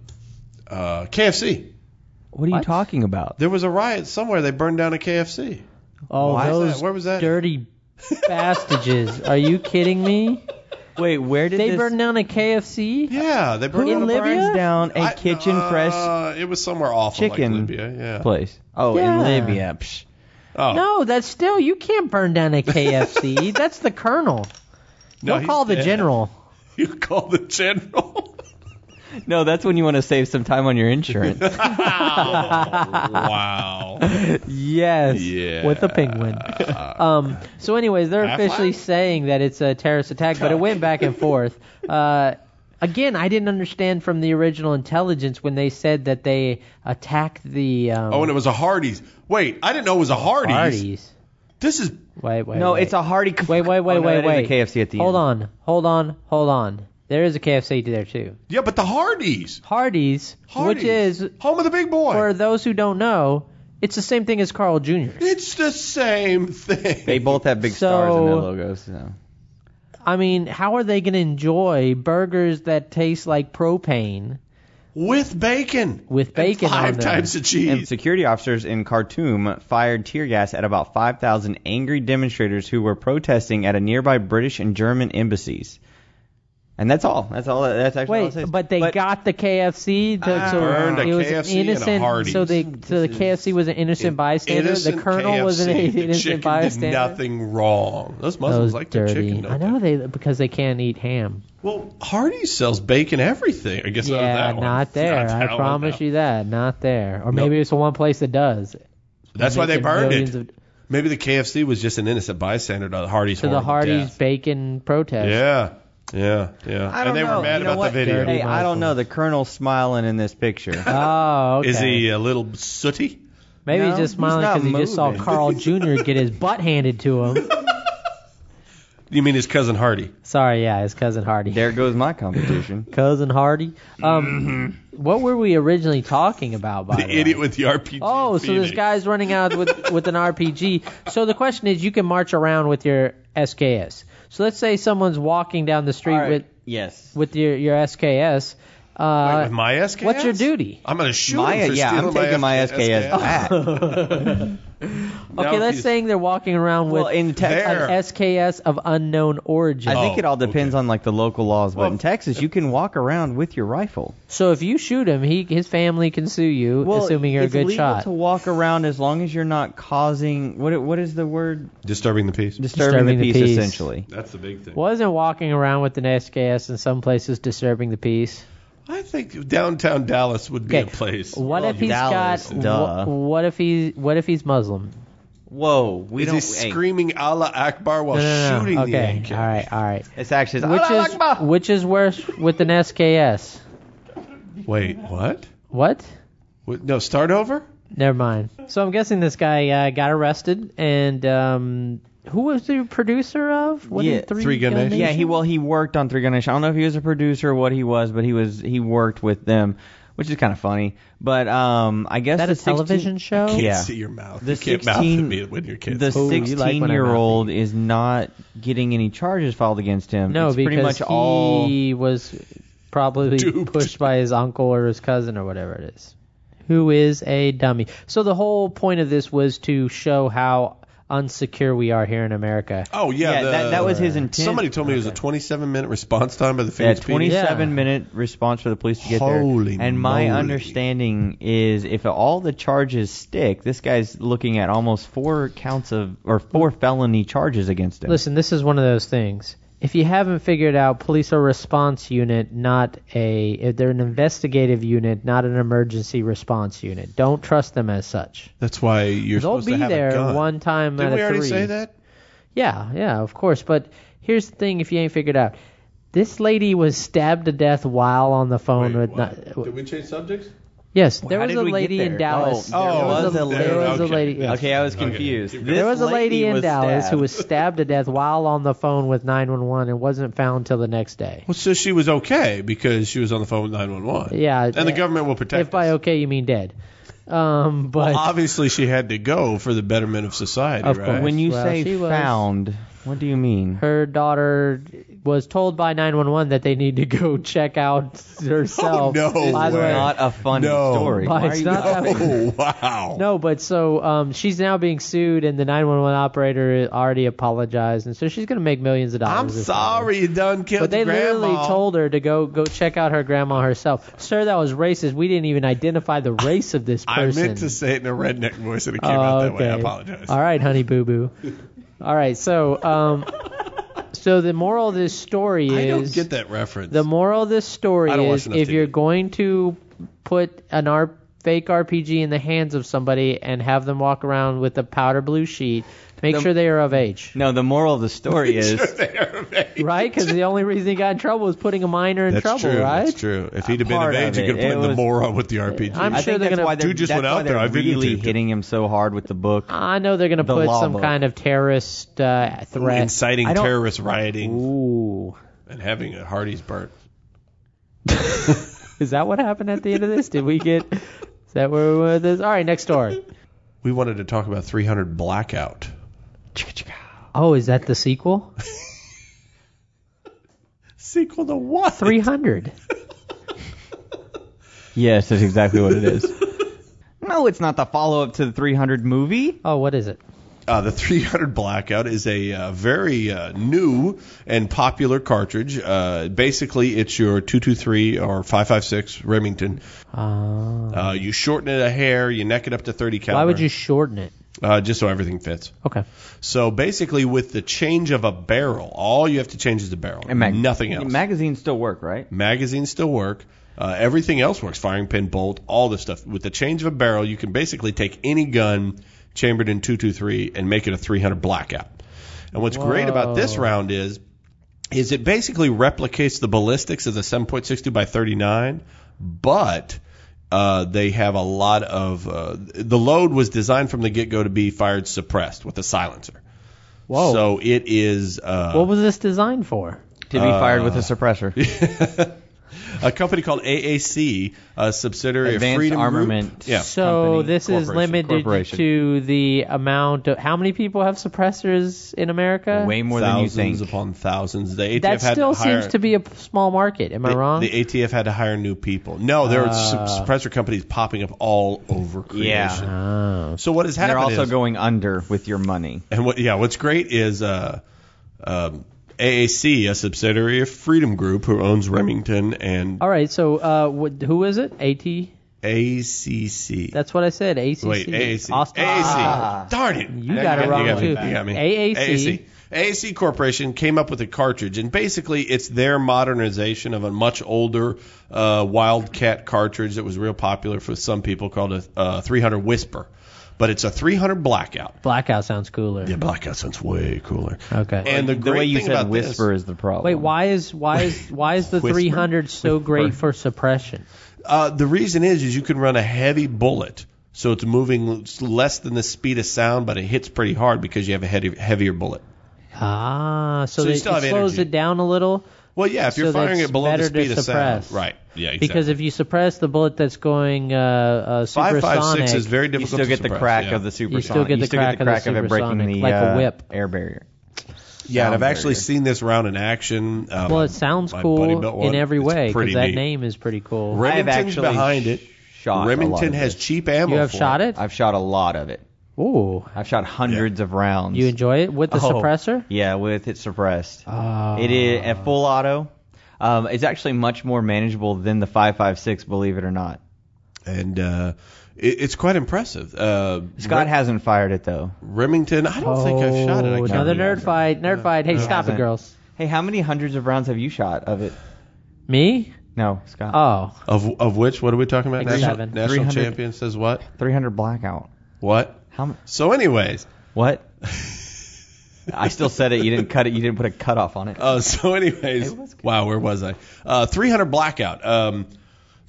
S2: a, uh, a KFC.
S1: What are you
S3: What?
S1: talking about?
S2: There was a riot somewhere. They burned down a KFC.
S3: oh
S2: Why is that?
S3: those
S2: Where was that?
S3: dirty bastages! Are you kidding me?
S1: Wait, where did
S3: They
S1: this?
S3: burned down a KFC.
S2: Yeah, they burned
S1: who
S2: down a
S3: in Libya?
S2: barn.
S1: burns down a
S2: I-
S1: kitchen fresh
S2: Uh, it was somewhere awful
S1: chicken
S2: like Libya. Yeah.
S1: place? Oh,
S3: Yeah.
S1: in Libya. Psh.
S2: Oh,
S3: No, that's still you can't burn down a KFC. that's the colonel.
S2: no,
S3: Don't
S2: he's (laughs)
S3: call the
S2: dead.
S3: general.
S2: You call the
S3: (laughs)
S2: general.
S1: No, that's when you want to save some time on your insurance.
S2: wow. Uh,
S3: Yes.
S2: Yeah.
S3: With a penguin. Um, so, anyways, they're
S2: Affleck?
S3: officially saying that it's a terrorist attack, but it went back and forth. Uh, again, I didn't understand from the original intelligence when they said that they attacked the um,
S2: Oh, and it was a Hardee's. Wait, I didn't know it was a Hardee's.
S3: parties.
S2: This is
S3: Wait, wait.
S1: (laughs) no,
S3: wait.
S1: it's a hearty. (laughs)
S3: Wait, wait, wait,
S1: Oh, no,
S3: wait,
S1: that is a
S3: wait.
S1: KFC at the
S3: hold
S1: end.
S3: on, hold on, hold on. There is a KFC there too.
S2: yeah, but the Hardee's.
S3: Hardee's,
S2: Hardee's.
S3: which is
S2: home of the big boy.
S3: for those who don't know, it's the same thing as Carl Jr.
S2: it's the same thing.
S1: They both have big stars in their
S3: So-
S1: logos. So.
S3: I mean, how are they going to enjoy burgers that taste like propane
S2: with bacon.
S3: with bacon
S2: Five
S3: on them?
S2: types of cheese.
S1: And security officers in Khartoum fired tear gas at about 5,000 angry demonstrators who were protesting at a nearby British and German embassies. And that's all. That's all. That's actually all it
S3: Wait,
S1: says.
S3: but they got the KFC. The, so
S2: Burned a
S3: it was
S2: KFC and a
S3: innocent.
S2: Hardee's.
S3: so the so the KFC was an innocent bystander.
S2: Innocent
S3: the colonel was an
S2: KFC. The
S3: (laughs) innocent
S2: chicken
S3: bystander.
S2: Did nothing wrong. Those Muslims
S3: Those
S2: like their
S3: dirty.
S2: chicken. do
S3: I know they because they can't eat ham.
S2: Well, Hardee's sells bacon everything. I guess not at
S3: Yeah,
S2: that
S3: not,
S2: one.
S3: there.
S2: (laughs) Not that
S3: I
S2: one,
S3: promise
S2: no.
S3: you that. Not there. Or
S2: Nope.
S3: maybe it's the one place that does.
S2: That's why they
S3: Making
S2: burned it.
S3: millions of-
S2: Maybe the KFC was just an innocent bystander to the Hardee's.
S3: to the
S2: horrible
S3: Hardy's
S2: death.
S3: bacon protest.
S2: Yeah, yeah, yeah.
S1: I
S2: and
S1: don't
S2: they
S1: know.
S2: were mad
S1: You know
S2: about
S1: what?
S2: the video.
S3: Dirty
S1: Hey, I don't
S3: Muslims.
S1: know. The colonel's smiling in this picture.
S3: Oh, okay.
S2: Is he a little sooty?
S3: Maybe
S1: No,
S3: he's just
S1: he's
S3: smiling
S1: not
S3: because he just saw
S1: moving. (laughs)
S3: Carl Jr. get his butt handed
S2: (laughs)
S3: to him.
S2: You mean his cousin Hardy?
S3: Sorry, yeah, his cousin Hardy.
S1: there goes my competition.
S3: cousin Hardy. Um, what were we originally talking about? By
S2: Mm-hmm. The
S3: the way?
S2: idiot with the RPG.
S3: Oh, so this
S2: Phoenix.
S3: guy's running out
S2: (laughs)
S3: with with an RPG. So the question is, you can march around with your SKS. So let's say someone's walking down the street
S1: All right.
S3: with
S1: yes.
S3: with your your SKS. Uh,
S2: Wait, with my SKS.
S3: what's your duty? Oh.
S2: I'm gonna shoot
S1: Maya,
S2: him for
S1: yeah, I'm
S2: stealing
S1: taking my SKS
S2: SKS.
S1: back.
S3: Okay, let's
S2: he's-
S3: say they're walking around with
S1: well, in Texas,
S2: There.
S3: an SKS of unknown origin.
S1: I think
S2: Oh,
S1: it all depends
S2: okay.
S1: on like the local laws. But
S2: Well,
S1: in Texas, you can walk around with your rifle.
S3: So if you shoot him, he his family can sue you, assuming you're a
S1: it's
S3: good
S1: legal
S3: shot.
S1: to walk around as long as you're not causing what? What is the word?
S2: disturbing the peace.
S1: Disturbing,
S3: Disturbing
S1: the,
S3: the
S1: peace,
S3: peace.
S1: essentially.
S2: That's the big thing.
S3: Wasn't walking around with an SKS in some places disturbing the peace?
S2: I think downtown Dallas would be
S3: Okay.
S2: a place.
S3: What
S1: Well,
S3: if he's
S1: Dallas,
S3: got?
S1: duh.
S3: wh- what if he? What if he's Muslim?
S1: Whoa, we
S2: Is
S1: don't.
S2: he
S1: hey,
S2: screaming Allah Akbar while
S3: No, no, no.
S2: Oh, shooting
S3: okay.
S2: the AK?
S3: all right. All right.
S1: It's actually ah,
S3: Which is which is worse with an SKS?
S2: Wait, what?
S3: What?
S2: Wait, No, start over.
S3: Never mind. So I'm guessing this guy uh, got arrested, and um, who was the producer of? What
S1: Yeah,
S3: is it, three,
S2: Three Gun Nation?
S1: yeah, he well he worked on Three Gun Nation. I don't know if he was a producer or what he was, but he was he worked with them, which is kind of funny. But um, I guess
S3: That
S1: the
S3: a
S1: 16
S3: television show?
S2: Can't
S1: Yeah.
S2: see your mouth.
S1: The
S2: you can't mouth
S1: 16
S2: at me when you're kids.
S1: The
S3: Ooh, you like
S1: 16
S3: when I'm
S1: year old is not getting any charges filed against him.
S3: No,
S1: it's
S3: because
S1: pretty much
S3: he
S1: all.
S3: was
S1: (laughs)
S3: probably
S2: Duped.
S3: pushed by his uncle or his cousin or whatever it is, who is a dummy. So the whole point of this was to show how unsecure we are here in America.
S2: oh yeah,
S1: Yeah,
S2: the,
S1: that, that was his intent.
S2: Somebody told me it was a 27 minute response time by the
S1: Yeah,
S2: Phoenix PD.
S1: 27
S3: Yeah.
S1: minute response for the police to get
S2: Holy
S1: there. And my
S2: moly.
S1: understanding is if all the charges stick, this guy's looking at almost four counts of or four felony charges against him.
S3: Listen, this is one of those things. If you haven't figured out, police are a response unit, not a. if They're an investigative unit, not an emergency response unit. Don't trust them as such.
S2: That's why you're
S3: They'll
S2: supposed to
S3: be
S2: have a
S3: there
S2: gun.
S3: one time
S2: Did
S3: out
S2: we
S3: of
S2: already
S3: three.
S2: say that?
S3: Yeah, yeah, of course. But here's the thing: if you ain't figured out, this lady was stabbed to death while on the phone with. Oh, Not,
S2: we change subjects?
S3: yes,
S1: How
S3: there was
S1: did
S3: a
S1: we get
S3: lady in
S1: there?
S3: Dallas.
S1: Oh,
S2: there
S3: there
S2: was a
S3: a, there
S2: lady.
S3: was a
S2: Okay.
S3: lady.
S2: Oh, Yeah.
S1: Okay, I was
S2: Okay.
S1: confused.
S2: There
S1: This
S3: There was a lady in
S1: was
S3: Dallas who
S1: stabbed.
S3: was stabbed to death while on the phone with 911 and wasn't found till the next day.
S2: Well, so she was okay because she was on the phone with 911.
S3: Yeah.
S2: And the government will protect.
S3: If by
S2: us.
S3: okay you mean dead. Um, but
S2: Obviously, she had to go for the betterment of society,
S3: Of
S2: right?
S3: course.
S1: When you
S3: Well,
S1: say
S3: she was-
S1: found, what do you mean?
S3: her daughter was told by 911 that they need to go check out herself.
S2: Oh, no
S3: by the
S2: way.
S3: way.
S1: Not a funny
S2: (laughs) No.
S1: story.
S3: Why,
S1: Why
S3: it's
S1: are you-
S3: not that
S2: Oh wow.
S3: No, but so um, she's now being sued, and the 911 operator already apologized, and so she's gonna make millions of dollars.
S2: I'm
S3: this time.
S2: sorry you done killed
S3: But they
S2: grandma.
S3: literally told her to go go check out her grandma herself. Sir, that was racist. We didn't even identify the race of this
S2: (laughs) I
S3: person.
S2: meant to say it in a redneck voice and it came
S3: Oh,
S2: out that way. I
S3: okay.
S2: apologize.
S3: All right, honey
S2: (laughs)
S3: boo boo. All right, so um, so the moral of this story
S2: I
S3: is
S2: don't get that reference.
S3: the moral of this story
S2: I don't watch
S3: is
S2: enough
S3: if
S2: TV.
S3: you're going to put an R fake RPG in the hands of somebody and have them walk around with a powder blue sheet, make
S1: The-
S3: sure they are of age.
S1: No, the moral of the
S2: (laughs)
S1: story is
S2: They are vague.
S3: Right? Because the only reason he got in trouble was putting a minor in
S2: That's
S3: trouble,
S2: true.
S3: right?
S2: That's true. If he'd have been
S1: Part
S2: of
S1: of
S2: age, he
S1: it.
S2: could have played
S1: It
S2: the
S1: was-
S2: moron with the RPG.
S3: I'm
S1: I
S3: sure
S1: think
S3: they're
S1: that's
S3: gonna-
S1: why they're,
S2: Dude just
S1: that's
S2: went out
S1: why
S2: there. I
S1: they're really
S2: videotaped it.
S1: hitting him so hard with the book.
S3: I know they're going to
S1: The
S3: put some
S1: lava.
S3: kind of terrorist uh, threat.
S2: Inciting
S1: I don't-
S2: terrorist rioting
S3: Ooh.
S2: and having a Hardy's burnt.
S3: Is that what happened at the end of this? Did we get. Is that where we were with this? All right, next story.
S2: We wanted to talk about 300 Blackout.
S3: Oh, is that the sequel?
S2: Sequel to what?
S3: 300.
S1: Yes, that's exactly what it is. (laughs) no, it's not the follow-up to the 300 movie.
S3: Oh, what is it?
S2: Uh, the 300 Blackout is a uh, very uh, new and popular cartridge. Uh, basically, it's your 223 or 556 Remington.
S3: Uh,
S2: Uh, you shorten it a hair, you neck it up to 30 caliber.
S3: why would you shorten it?
S2: Uh, just so everything fits.
S3: Okay.
S2: So basically, with the change of a barrel, all you have to change is the barrel,
S1: mag-
S2: nothing else.
S1: Magazines still work, right?
S2: Magazines still work. Uh, everything else works. Firing pin, bolt, all this stuff. With the change of a barrel, you can basically take any gun chambered in 223 and make it a 300 blackout. And what's great about this
S3: Whoa.
S2: round is, is it basically replicates the ballistics of the 7.62 by 39, but uh, they have a lot of uh, the load was designed from the get go to be fired suppressed with a silencer.
S3: Whoa.
S2: So it is. Uh,
S3: what was this designed for?
S1: To be fired with a suppressor.
S2: a company called AAC, a subsidiary
S1: Advanced
S2: of Freedom Group.
S1: Armament.
S2: Yeah.
S3: So
S1: Company,
S3: this is
S2: corporation,
S3: limited
S1: corporation.
S3: to the amount of how many people have suppressors in America?
S1: (laughs) Way more than you
S2: thousands
S1: think.
S2: upon thousands. The ATF
S3: that
S2: had
S3: still
S2: to hire,
S3: seems to be a p- small market. Am I
S2: the,
S3: wrong?
S2: The ATF had to hire new people. No, there are su-
S3: Ah.
S2: suppressor companies popping up all over
S1: Yeah.
S2: creation.
S3: oh.
S2: So what has
S1: They're
S2: happened
S1: also
S2: is,
S1: going under with your money.
S2: and what yeah, what's great is uh, um, AAC, a subsidiary of Freedom Group, who owns Remington and
S3: All right. So uh, what, who is it? AT.
S2: ACC.
S3: That's what I said. ACC.
S2: Wait, AAC.
S3: Austin-
S2: AAC.
S3: Ah.
S2: Darn it.
S3: You got it wrong,
S2: me.
S3: too.
S2: You got me.
S3: AAC.
S2: AAC. AAC Corporation came up with a cartridge, and basically it's their modernization of a much older uh, Wildcat cartridge that was real popular for some people called a uh, 300 Whisper. But it's a 300 Blackout.
S3: Blackout sounds cooler.
S2: Yeah, Blackout sounds way cooler.
S3: Okay.
S2: And the,
S1: The
S2: great
S1: way you
S2: thing
S1: said
S2: about
S1: whisper
S2: this,
S1: is the problem.
S3: Wait, why is why is why is the
S2: Whisper.
S3: 300 so great for suppression?
S2: Uh, the reason is is you can run a heavy bullet, so it's moving less than the speed of sound, but it hits pretty hard because you have a heavy, heavier bullet.
S3: Ah, so,
S2: So you
S3: they-
S2: still
S3: it
S2: have
S3: slows
S2: energy.
S3: it down a little.
S2: Well, yeah, if you're
S3: So
S2: firing
S3: that's
S2: it below the
S3: better to
S2: speed of sound,
S3: suppress.
S2: right? Yeah, exactly.
S3: Because if you suppress the bullet that's going uh, uh,
S2: five
S3: supersonic,
S2: five six is very
S1: You
S2: difficult.
S1: still
S2: to
S1: get the
S2: suppress,
S1: crack
S2: yeah.
S1: of the supersonic.
S3: still get the crack of the
S1: crack of, it breaking
S3: supersonic,
S1: the
S3: like a
S1: uh,
S3: whip.
S1: air barrier.
S2: Yeah, and I've
S1: sound
S2: actually
S1: barrier.
S2: seen this round in action. Um,
S3: well, it sounds
S2: my buddy built
S3: cool
S2: one.
S3: in every
S2: It's
S3: way
S2: pretty
S3: because that
S2: neat.
S3: name is pretty cool.
S2: Right. Remington's
S1: I've actually
S2: behind it.
S1: Shot a lot
S2: Remington
S1: of
S2: has
S1: this.
S2: cheap ammo.
S3: You have
S2: for
S3: shot it?
S1: I've shot a lot of it.
S3: Ooh,
S1: I've shot hundreds of rounds.
S3: you enjoy it with the
S1: Oh,
S3: suppressor?
S1: Yeah, with it suppressed.
S3: Ah.
S1: It is a full auto. Um, it's actually much more manageable than the 5.56, believe it or not.
S2: and uh, it, it's quite impressive. Uh,
S1: Scott
S2: Rem-
S1: hasn't fired it though.
S2: Remington. I don't think I've shot it. I
S3: Oh,
S2: can't
S3: another
S2: remember.
S3: nerd fight, nerd fight. Hey, stop it,
S1: hasn't.
S3: girls.
S1: Hey, how many hundreds of rounds have you shot of it? Uh,
S3: Me?
S1: No, Scott.
S3: Oh,
S2: Of of which? What are we talking about?
S3: Like
S2: National,
S3: seven.
S2: national
S1: 300.
S2: champion says what?
S1: 300 blackout.
S2: What?
S1: How? m-
S2: So, anyways,
S1: (laughs) What? I still said it. You didn't cut it. You didn't put a cutoff on it.
S2: uh, (laughs) so anyways, wow, where was I? Uh, 300 blackout. Um,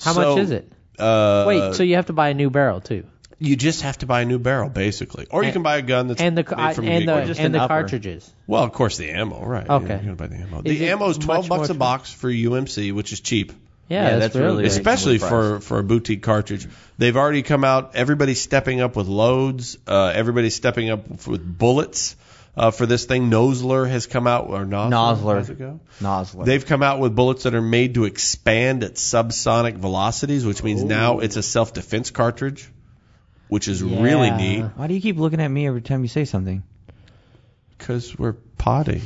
S3: how
S2: so,
S3: much is it?
S2: Uh,
S3: Wait, so you have to buy a new barrel too,
S2: you just have to buy a new barrel, basically, or you
S3: And-
S2: can buy a gun that's
S3: and the
S2: made
S3: I,
S2: from
S3: and
S2: Ginkgo.
S1: Or
S3: the
S1: just
S3: and
S1: an
S3: the
S1: upper.
S3: cartridges.
S2: Well, of course, the ammo, right?
S3: Okay.
S2: You're gonna buy the ammo.
S3: Is
S2: The
S3: it
S2: ammo is
S3: much
S2: 12 bucks
S3: more
S2: a box for UMC, which is cheap,
S3: Yeah,
S1: Yeah,
S3: that's,
S1: that's really
S3: really
S1: It's-
S2: especially
S1: Reasonably
S2: for for a boutique cartridge. They've already come out. Everybody's stepping up with loads. Uh, everybody's stepping up with bullets. uh, for this thing. Nosler has come out or Nosler.
S1: Nosler.
S2: How's it go?
S1: Nosler.
S2: They've come out with bullets that are made to expand at subsonic velocities, which means now it's a self defense cartridge, which is really
S3: Yeah.
S2: neat
S1: Why do you keep looking at me every time you say something?
S2: because we're potting.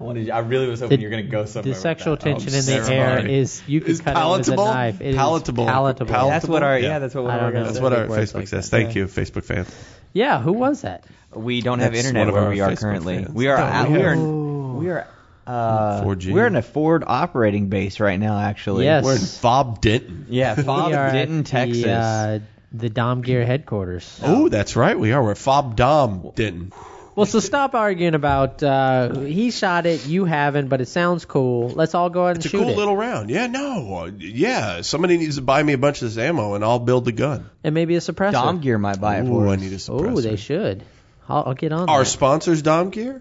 S1: I, wanted, I really was hoping
S3: The- you were
S1: going to go somewhere.
S3: The sexual tension
S2: I'm
S3: in the air
S2: sorry.
S3: is you can
S2: Is
S3: cut it with a
S2: palatable?
S3: knife. It is
S2: Palatable.
S3: palatable.
S2: Pal-
S1: That's what our yeah.
S2: Yeah.
S1: that's what
S3: I don't
S1: we're
S3: know.
S1: gonna
S2: That's
S1: say
S2: what our
S1: big words
S2: Facebook
S1: like
S2: says.
S1: that.
S2: Thank you, Facebook fans.
S3: yeah, who was that?
S1: We don't have
S2: That's one
S1: internet
S2: of
S1: where
S2: our
S1: we are
S2: Facebook
S1: currently.
S2: fans.
S1: We are
S2: No,
S1: at, Uh,
S2: we
S1: we are Oh.
S2: have-
S1: we are
S2: Hmm,
S1: uh,
S2: 4G.
S1: We're in a Ford operating base right now, actually.
S3: Yes.
S2: We're in Bob Denton.
S1: Yeah, Fob
S3: (laughs) we are
S1: Denton,
S3: at
S1: Texas.
S3: The, uh, the Dom Gear headquarters.
S2: Oh, that's right. We are. We're Fob Dom Denton.
S3: Well, so stop arguing about uh, he shot it, you haven't, but it sounds cool. Let's all go out and
S2: It's a
S3: shoot
S2: cool
S3: it.
S2: little round. Yeah, no. uh, Yeah, somebody needs to buy me a bunch of this ammo and I'll build the gun.
S3: and maybe a suppressor.
S1: Dom Gear might buy it for
S2: Ooh, I
S1: us.
S2: need a suppressor.
S3: Oh, they should. I'll, I'll get on.
S2: Our
S3: that.
S2: sponsors, Dom Gear?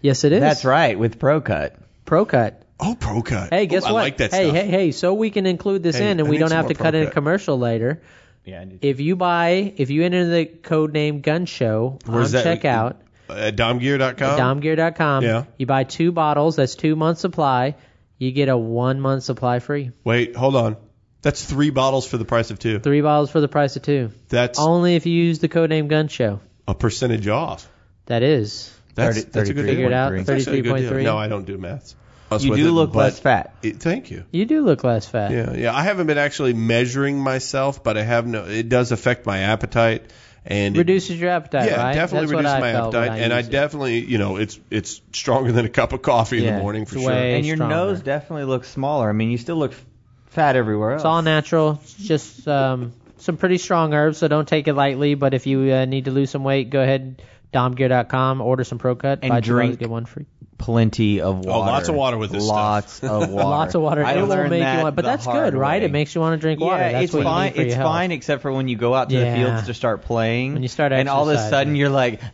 S3: Yes, it is.
S1: That's right, with ProCut.
S3: ProCut.
S2: Oh, ProCut.
S3: Hey, guess
S2: Ooh,
S3: what?
S2: I like that
S3: hey,
S2: stuff.
S3: hey, hey! So we can include this
S2: Hey,
S3: in, and
S2: I
S3: we
S2: need
S3: don't
S2: some
S3: have to
S2: more
S3: cut in a
S2: ProCut.
S3: commercial later.
S1: Yeah, I need
S3: If you buy, if you enter the code name Gun Show on
S2: Where's that?
S3: checkout,
S2: At domgear.com?
S3: domgear.com,
S2: Yeah.
S3: you buy two bottles. That's two months supply. You get a one month supply free.
S2: Wait, hold on. That's three bottles for the price of two.
S3: Three bottles for the price of two.
S2: That's
S3: Only if you use the code name Gun Show.
S2: a percentage off.
S3: That is.
S2: That's,
S1: 30
S2: that's a good
S3: Figure it
S2: deal.
S3: out.
S1: 33.3.
S2: That's actually a good deal.
S3: 33.3.
S2: No, I don't do maths. Us
S1: You
S2: with
S1: do
S2: it,
S1: look
S2: but-
S1: less fat.
S2: It- thank you.
S3: You do look less fat.
S2: Yeah, yeah. I haven't been actually measuring myself, but I have no. It does affect my appetite and it-
S3: Reduces your appetite,
S2: yeah,
S3: right?
S2: definitely
S3: That's what
S2: reduces
S3: I
S2: my
S3: felt
S2: appetite,
S3: when
S2: and I
S3: used it.
S2: definitely, you know, it's it's stronger than a cup of coffee in
S1: Yeah,
S2: the morning for
S3: it's
S2: sure.
S3: way-
S1: And your
S3: stronger.
S1: nose definitely looks smaller. I mean, you still look f- fat everywhere else.
S3: It's all natural. It's Just um, some pretty strong herbs, so don't take it lightly. But if you uh, need to lose some weight, go ahead domgear.com, order some ProCut,
S1: And
S3: buy two bottles,
S1: drink
S3: get one free.
S1: Plenty of water.
S2: Oh, lots of water with this
S1: Lots
S3: (laughs)
S1: of water.
S3: Lots of water.
S1: I
S3: it will
S1: learned
S3: make
S1: that
S3: you want, but
S1: the
S3: that's
S1: hard
S3: good, right?
S1: way.
S3: It makes you want to drink water.
S1: Yeah,
S3: That's
S1: it's
S3: what
S1: fine.
S3: You need for
S1: it's
S3: your health.
S1: fine, except for when you go out to
S3: Yeah.
S1: the fields to start playing.
S3: When you start
S1: and all of a
S3: exercising.
S1: sudden you're like, (laughs)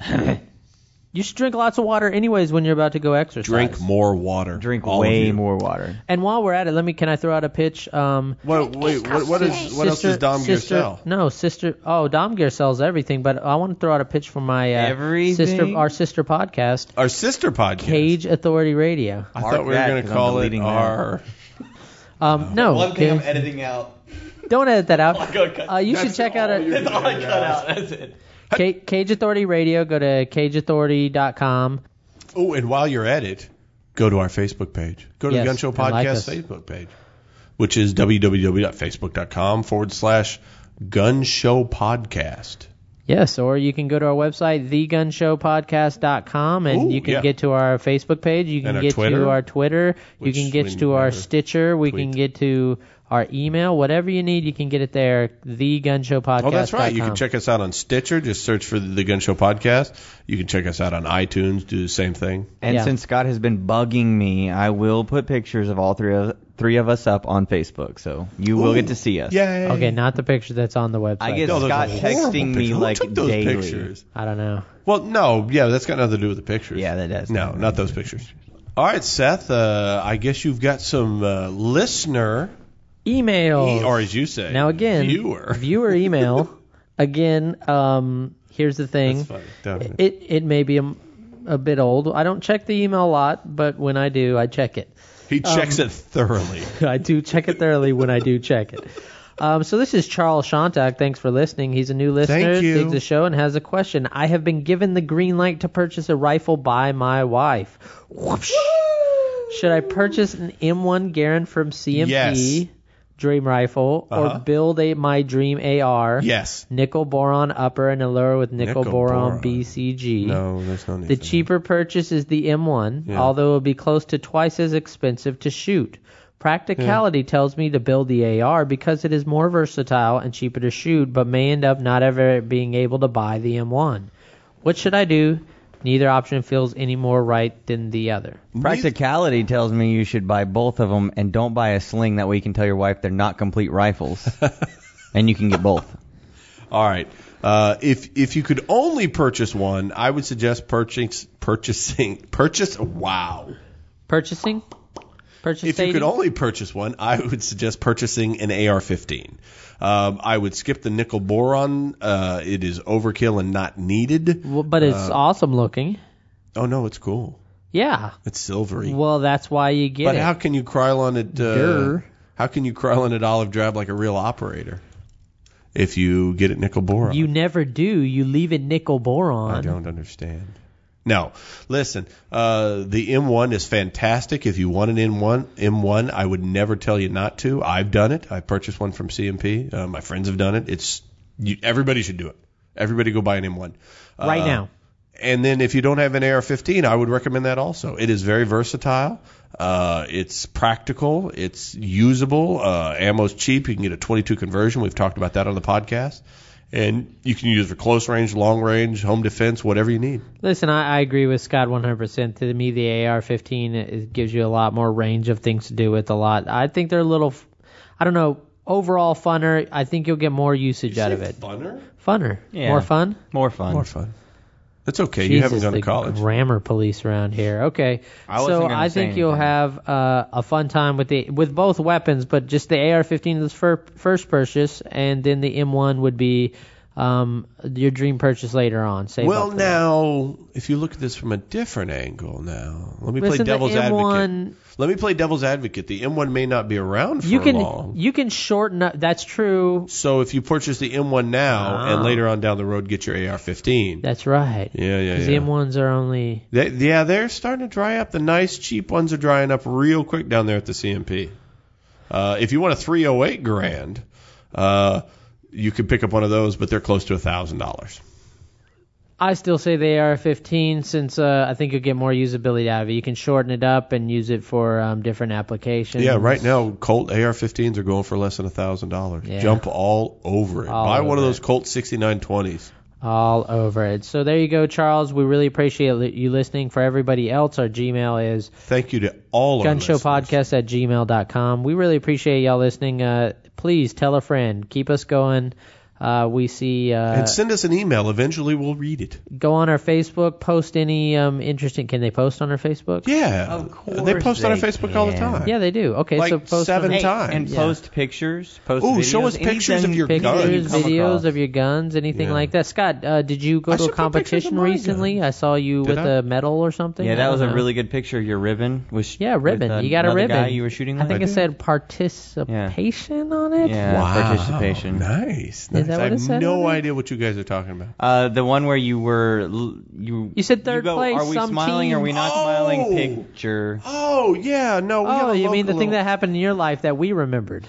S3: You should drink lots of water anyways when you're about to go exercise.
S2: Drink more water.
S1: drink
S2: all of
S1: way
S2: you.
S1: more water.
S3: And while we're at it, let me can I throw out a pitch? Um,
S2: What, wait, what, what, is, what else
S3: sister,
S2: does Dom Gear
S3: sister,
S2: sell?
S3: No, sister. Oh, Dom Gear sells everything, but I want to throw out a pitch for my uh,
S1: Everything?
S3: sister, our sister podcast,
S2: Our sister podcast.
S3: Cage Authority Radio.
S2: I
S1: Mark
S2: thought we were
S1: that,
S2: going
S1: 'cause
S2: to
S1: I'm
S2: call it
S1: deleting that.
S2: our.
S3: Um, no, Cage-
S1: editing out.
S3: Don't edit that
S2: Oh
S3: out. Uh,
S2: (laughs)
S3: you should check out
S2: you're
S3: our
S2: gonna edit out.
S1: That's it.
S3: Ca- Cage Authority Radio. Go to cageauthority.com.
S2: Oh, and while you're at it, go to our Facebook page. Go to
S3: Yes,
S2: the Gun Show
S3: and like
S2: Podcast
S3: us.
S2: Facebook page, which is www.facebook.com forward slash Gun Show Podcast.
S3: Yes, or you can go to our website, thegunshowpodcast.com, and
S2: Ooh,
S3: you can
S2: yeah.
S3: get to our Facebook page. You can
S2: And our
S3: get
S2: Twitter,
S3: to our Twitter. You
S2: which
S3: can
S2: we
S3: get to our
S2: never
S3: Stitcher. We can
S2: tweet.
S3: get to our email. Whatever you need, you can get it there, thegunshowpodcast.com.
S2: Oh, that's right. You can check us out on Stitcher. Just search for the Gun Show Podcast. You can check us out on iTunes. Do the same thing.
S1: And
S3: Yeah.
S1: since Scott has been bugging me, I will put pictures of all three of three of us up on Facebook, so you will get to see us.
S2: Yay.
S3: Okay, not the picture that's on the website.
S1: I get
S2: No, those
S1: Scott
S2: are horrible
S1: texting me,
S2: pictures. Who
S1: like,
S2: took those
S1: daily.
S2: pictures?
S3: I don't know.
S2: Well, no, yeah, that's got nothing to do with the pictures.
S1: Yeah, that does.
S2: No, not those pictures. All right, Seth. Uh, I guess you've got some uh, listener,
S3: Email.
S2: E, or as you say,
S3: Now again,
S2: viewer. (laughs)
S3: viewer (laughs) email. again, um, here's the thing.
S2: That's funny. Don't-
S3: It it may be a, a bit old. I don't check the email a lot, but when I do, I check it.
S2: He
S3: um,
S2: checks it thoroughly.
S3: (laughs) I do check it thoroughly when I do check it. Um, so this is Charles Shontak. Thanks for listening. He's a new listener,
S2: Thank you.
S3: digs the show, and has a question. I have been given the green light to purchase a rifle by my wife. Whoosh. Should I purchase an M1 Garand from CMP
S2: Yes.
S3: Dream Rifle
S2: Uh-huh.
S3: or build a my Dream AR?
S2: Yes.
S3: Nickel boron upper and a lower with nickel,
S2: Nickel boron.
S3: boron, BCG.
S2: No, there's no need.
S3: E, The
S2: for that.
S3: cheaper purchase is the M1,
S2: Yeah.
S3: although it will be close to twice as expensive to shoot. Practicality tells me to build the AR because it is more versatile and cheaper to shoot, but may end up not ever being able to buy the M1. What should I do? Neither option feels any more right than the other.
S1: Practicality tells me you should buy both of them and don't buy a sling. That way you can tell your wife they're not complete
S3: (laughs)
S1: rifles, and you can get both.
S2: All right. Uh, if if you could only purchase one, I would suggest purchase purchasing purchase. Wow.
S3: Purchasing? Purchase
S2: if you could
S3: dating?
S2: only purchase one, I would suggest purchasing an AR-15. Um, I would skip the nickel boron. Uh, it is overkill and not needed.
S3: Well, but
S2: Uh,
S3: it's awesome looking.
S2: Oh no, it's cool.
S3: Yeah.
S2: It's silvery.
S3: Well, that's why you get
S2: but
S3: it.
S2: how can you crawl on it? Uh,
S3: Durr.
S2: how can you crawl on it olive drab like a real operator? If you get it nickel boron,
S3: you never do. You leave it nickel
S2: I
S3: boron.
S2: don't understand. No, listen. Uh, the M1 is fantastic. If you want an M1, M1, I would never tell you not to. I've done it. I purchased one from CMP. Uh, my friends have done it. It's you, everybody should do it. Everybody go buy an M1 Uh,
S3: Right now.
S2: And then if you don't have an AR-15, I would recommend that also. It is very versatile. Uh, it's practical. It's usable. Uh, ammo's cheap. You can get a 22 conversion. We've talked about that on the podcast. And you can use it for close range, long range, home defense, whatever you need.
S3: Listen, I, I agree with Scott 100%. To me, the AR-15 it gives you a lot more range of things to do with a lot. I think they're a little, f- I don't know, overall funner. I think you'll get more usage out of it.
S2: Funner?
S3: Funner,
S1: Yeah.
S3: more fun.
S1: More fun.
S2: More fun. That's okay. you
S3: Jesus,
S2: haven't gone
S3: the
S2: to college.
S3: Grammar police around here. Okay,
S1: I wasn't
S3: so
S1: gonna
S3: I
S1: say
S3: think you'll
S1: anything.
S3: have uh, a fun time with the with both weapons, but just the AR-15 is fir- first purchase, and then the M1 would be um, your dream purchase later on. Save
S2: well,
S3: up for that.
S2: now, if you look at this from a different angle now, let me play
S3: Listen, the
S2: devil's advocate.
S3: M1
S2: Let me play devil's advocate. The M1 may not be around for
S3: you can
S2: long.
S3: you can shorten. Up, that's true.
S2: So if you purchase the M1 now
S3: Ah.
S2: and later on down the road get your AR-15.
S3: That's right.
S2: yeah, yeah,
S3: 'Cause
S2: yeah.
S3: the M1s are only
S2: They, yeah, they're starting to dry up. The nice cheap ones are drying up real quick down there at the CMP. Uh, if you want a 308 grand, uh, you could pick up one of those, but they're close to a thousand dollars.
S3: I still say the AR-15 since uh, I think you'll get more usability out of it. You can shorten it up and use it for um, different applications.
S2: Yeah, right now Colt AR-15s are going for less than a thousand dollars.
S3: Yeah.
S2: Jump all over it.
S3: All
S2: Buy one of
S3: over
S2: those Colt 6920s.
S3: All over it. So there you go, Charles. We really appreciate li- you listening. For everybody else, our Gmail is
S2: Thank you to all of our listeners.
S3: gunshowpodcast at gmail.com. We really appreciate y'all listening. Uh, please tell a friend. Keep us going. Uh, we see. Uh,
S2: and send us an email. Eventually, we'll read it.
S3: go on our Facebook. Post any um, interesting. Can they post on our Facebook?
S2: Yeah,
S1: Of course
S2: they post on our
S1: they
S2: Facebook all the
S1: can.
S2: time.
S3: Yeah, they do. Okay,
S2: Like
S3: so post
S2: seven
S3: on,
S1: Hey,
S2: times.
S1: and
S3: Yeah.
S1: post pictures. Post
S2: Ooh,
S1: videos,
S2: show us pictures of
S1: anything-
S2: your guns.
S1: anything you
S3: pictures,
S1: come
S3: videos
S1: across.
S3: of your guns, anything
S2: Yeah.
S3: like that. Scott, uh, did you go
S2: I
S3: to
S2: should put pictures
S3: a
S2: of
S3: competition
S2: my
S3: recently?
S2: guns.
S3: I saw you
S2: Did
S3: with
S2: I?
S3: a medal or something.
S1: Yeah,
S3: I
S1: that
S3: don't
S1: was a
S3: know.
S1: really good picture. Your ribbon was.
S3: Yeah, ribbon.
S1: with uh,
S3: you got a
S1: another
S3: ribbon.
S1: Guy you were shooting.
S3: I
S1: With.
S3: think it said participation on it.
S1: Yeah, participation.
S2: Nice. nice.
S3: that what
S2: I
S3: it
S2: have
S3: said
S2: no
S3: on it?
S2: idea what you guys are talking about.
S1: Uh, the one where you were l- you.
S3: You said third
S1: go,
S3: place,
S1: Are we
S3: some
S1: smiling? Are we
S3: team."
S1: not
S2: Oh!
S1: smiling? Picture.
S2: Oh yeah, no. We have
S3: Oh,
S2: a
S3: you mean the
S2: local-
S3: thing that happened in your life that
S2: (laughs)
S3: we remembered?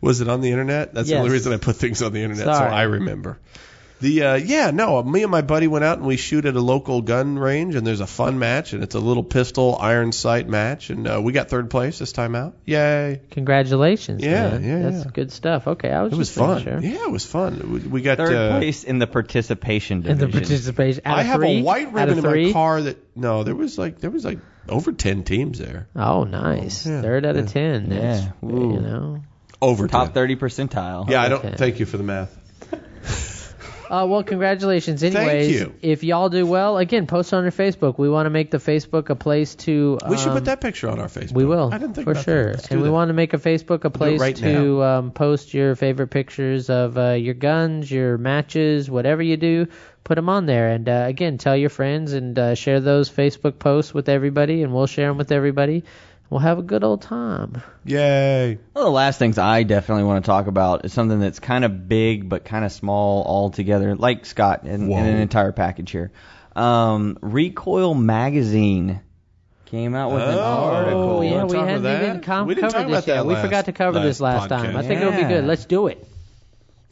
S2: was it on the internet? That's the only
S3: Yes.
S2: reason I put things on the internet,
S3: Sorry.
S2: so I remember. The uh, yeah, no. Me and my buddy went out and we shoot at a local gun range, and there's a fun match, and it's a little pistol iron sight match, and uh, we got third place this time out. Yay!
S3: Congratulations.
S2: Yeah,
S3: man.
S2: yeah,
S3: That's
S2: yeah.
S3: good stuff. Okay, I was.
S2: It was
S3: just making
S2: fun.
S3: Sure.
S2: Yeah, it was fun. We, we got
S1: Third
S2: uh,
S1: place in the participation
S3: And
S1: division.
S3: the participation. out
S2: I
S3: of
S2: have
S3: three?
S2: a white
S3: Out
S2: ribbon
S3: of
S2: in my
S3: three?
S2: car that no, there was like there was like over ten teams there.
S3: Oh, nice.
S2: Yeah,
S3: Third out
S2: yeah.
S3: of ten. That's,
S1: Yeah,
S3: You
S1: ooh.
S3: know.
S2: Over
S1: Top
S2: 10.
S1: thirty percentile.
S2: Yeah, I don't.
S3: Okay.
S2: Thank you for the math.
S3: Uh, well, congratulations. Anyways,
S2: you.
S3: if y'all do well, again, post on your Facebook. We want to make the Facebook a place to.
S2: We should
S3: um,
S2: put that picture on our Facebook.
S3: We will,
S2: I didn't think
S3: for
S2: about
S3: sure.
S2: That. Let's do
S3: And we
S2: that.
S3: want to make a Facebook a place
S2: right
S3: to um, post your favorite pictures of uh, your guns, your matches, whatever you do. Put them on there, and uh, again, tell your friends and uh, share those Facebook posts with everybody, and we'll share them with everybody. We'll have a good old time.
S2: Yay!
S1: One of the last things I definitely want to talk about is something that's kind of big but kind of small all together, like Scott in,
S2: Whoa.
S1: in an entire package here. Um, Recoil Magazine came out with an
S2: Oh,
S1: article.
S3: Oh yeah,
S2: wanna
S3: we
S2: talk about
S3: hadn't
S2: that?
S3: even com-
S2: We didn't talk
S3: covered
S2: about
S3: this
S2: that
S3: yet. We
S2: last-
S3: forgot to cover this
S2: last
S3: last time. I
S2: podcast.
S3: think it'll be
S1: Yeah.
S3: good. Let's do it.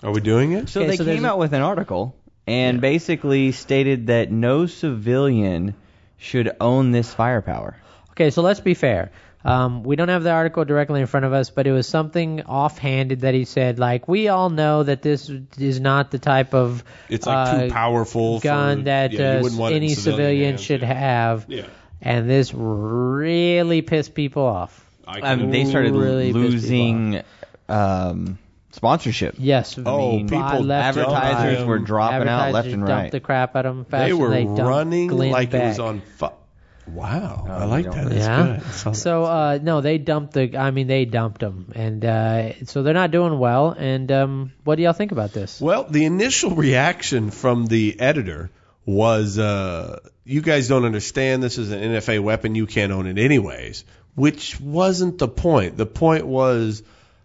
S2: Are we doing it?
S1: So
S3: Okay,
S1: they
S3: so there's
S1: came
S3: a-
S1: out with an article and basically stated that no civilian should own this firepower.
S3: Okay, so let's be fair. Um, we don't have the article directly in front of us, but it was something offhanded that he said, like, we all know that this is not the type of
S2: It's like
S3: uh,
S2: too powerful.
S3: gun
S2: for,
S3: that
S2: yeah, you
S3: uh,
S2: wouldn't want it in
S3: any
S2: civilian,
S3: civilian
S2: hands.
S3: should have.
S2: Yeah.
S3: And this really pissed people off.
S2: I can-
S1: Um, they started
S3: Really pissed people
S1: losing um, sponsorship.
S3: Yes.
S2: oh,
S1: mean,
S2: people
S3: left and
S2: dumped
S1: Advertisers
S2: them.
S1: were dropping out left
S3: Advertisers
S1: and
S3: dumped
S1: right.
S3: the crap out of them.
S2: They were
S3: they dumped
S2: running
S3: Glenn
S2: like
S3: Beck.
S2: it was on. Fu- Wow, I
S1: you
S2: like
S1: don't
S2: that.
S1: know.
S2: That's
S3: yeah.
S2: good. That sounds-
S3: So uh, no, they dumped the. I mean, they dumped them, and uh, so they're not doing well. And um, what do y'all think about this?
S2: Well, the initial reaction from the editor was, uh, "You guys don't understand. This is an NFA weapon. You can't own it anyways." Which wasn't the point. The point was,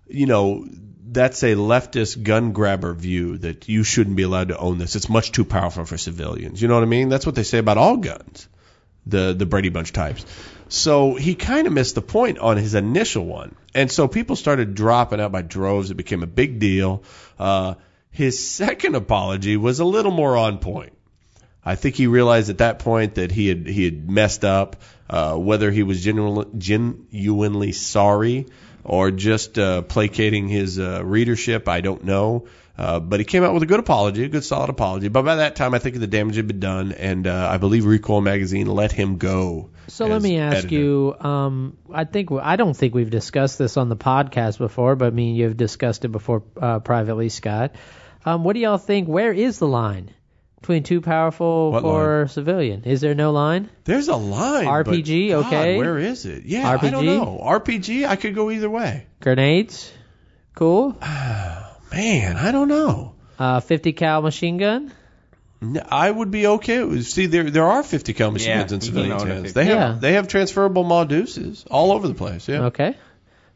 S2: you know, that's a leftist gun grabber view that you shouldn't be allowed to own this. It's much too powerful for civilians. You know what I mean? That's what they say about all guns, the the Brady Bunch types. So he kind of missed the point on his initial one, and so people started dropping out by droves. It became a big deal. Uh, his (laughs) second apology was a little more on point. I think he realized at that point that he had he had messed up. Uh, whether he was genuinely, genuinely sorry or just uh, placating his uh, readership, I don't know. Uh, but he came out with a good apology, a good solid apology. But by that time, I think the damage had been done, and uh, I believe Recoil Magazine let him go.
S3: So let
S2: as
S3: me ask
S2: editor.
S3: you. Um, I think I don't think we've discussed this on the podcast before, but I mean you've discussed it before uh, privately, Scott. Um, what do y'all think? Where is the line between too powerful
S2: What
S3: for civilian? Is there no line?
S2: There's a line. but
S3: RPG,
S2: God,
S3: okay.
S2: where is it? Yeah, I don't
S3: RPG?
S2: know. RPG, I could go either way.
S3: Grenades, cool.
S2: Man, I don't know.
S3: Uh, 50 cal machine gun.
S2: No, I would be okay. with- See, there there are 50 cal machine
S1: Yeah,
S2: guns in
S1: you
S2: civilian
S1: can own a
S2: hands.
S1: 50.
S2: They have
S3: Yeah.
S2: they have transferable Mauduces all over the place. Yeah.
S3: Okay.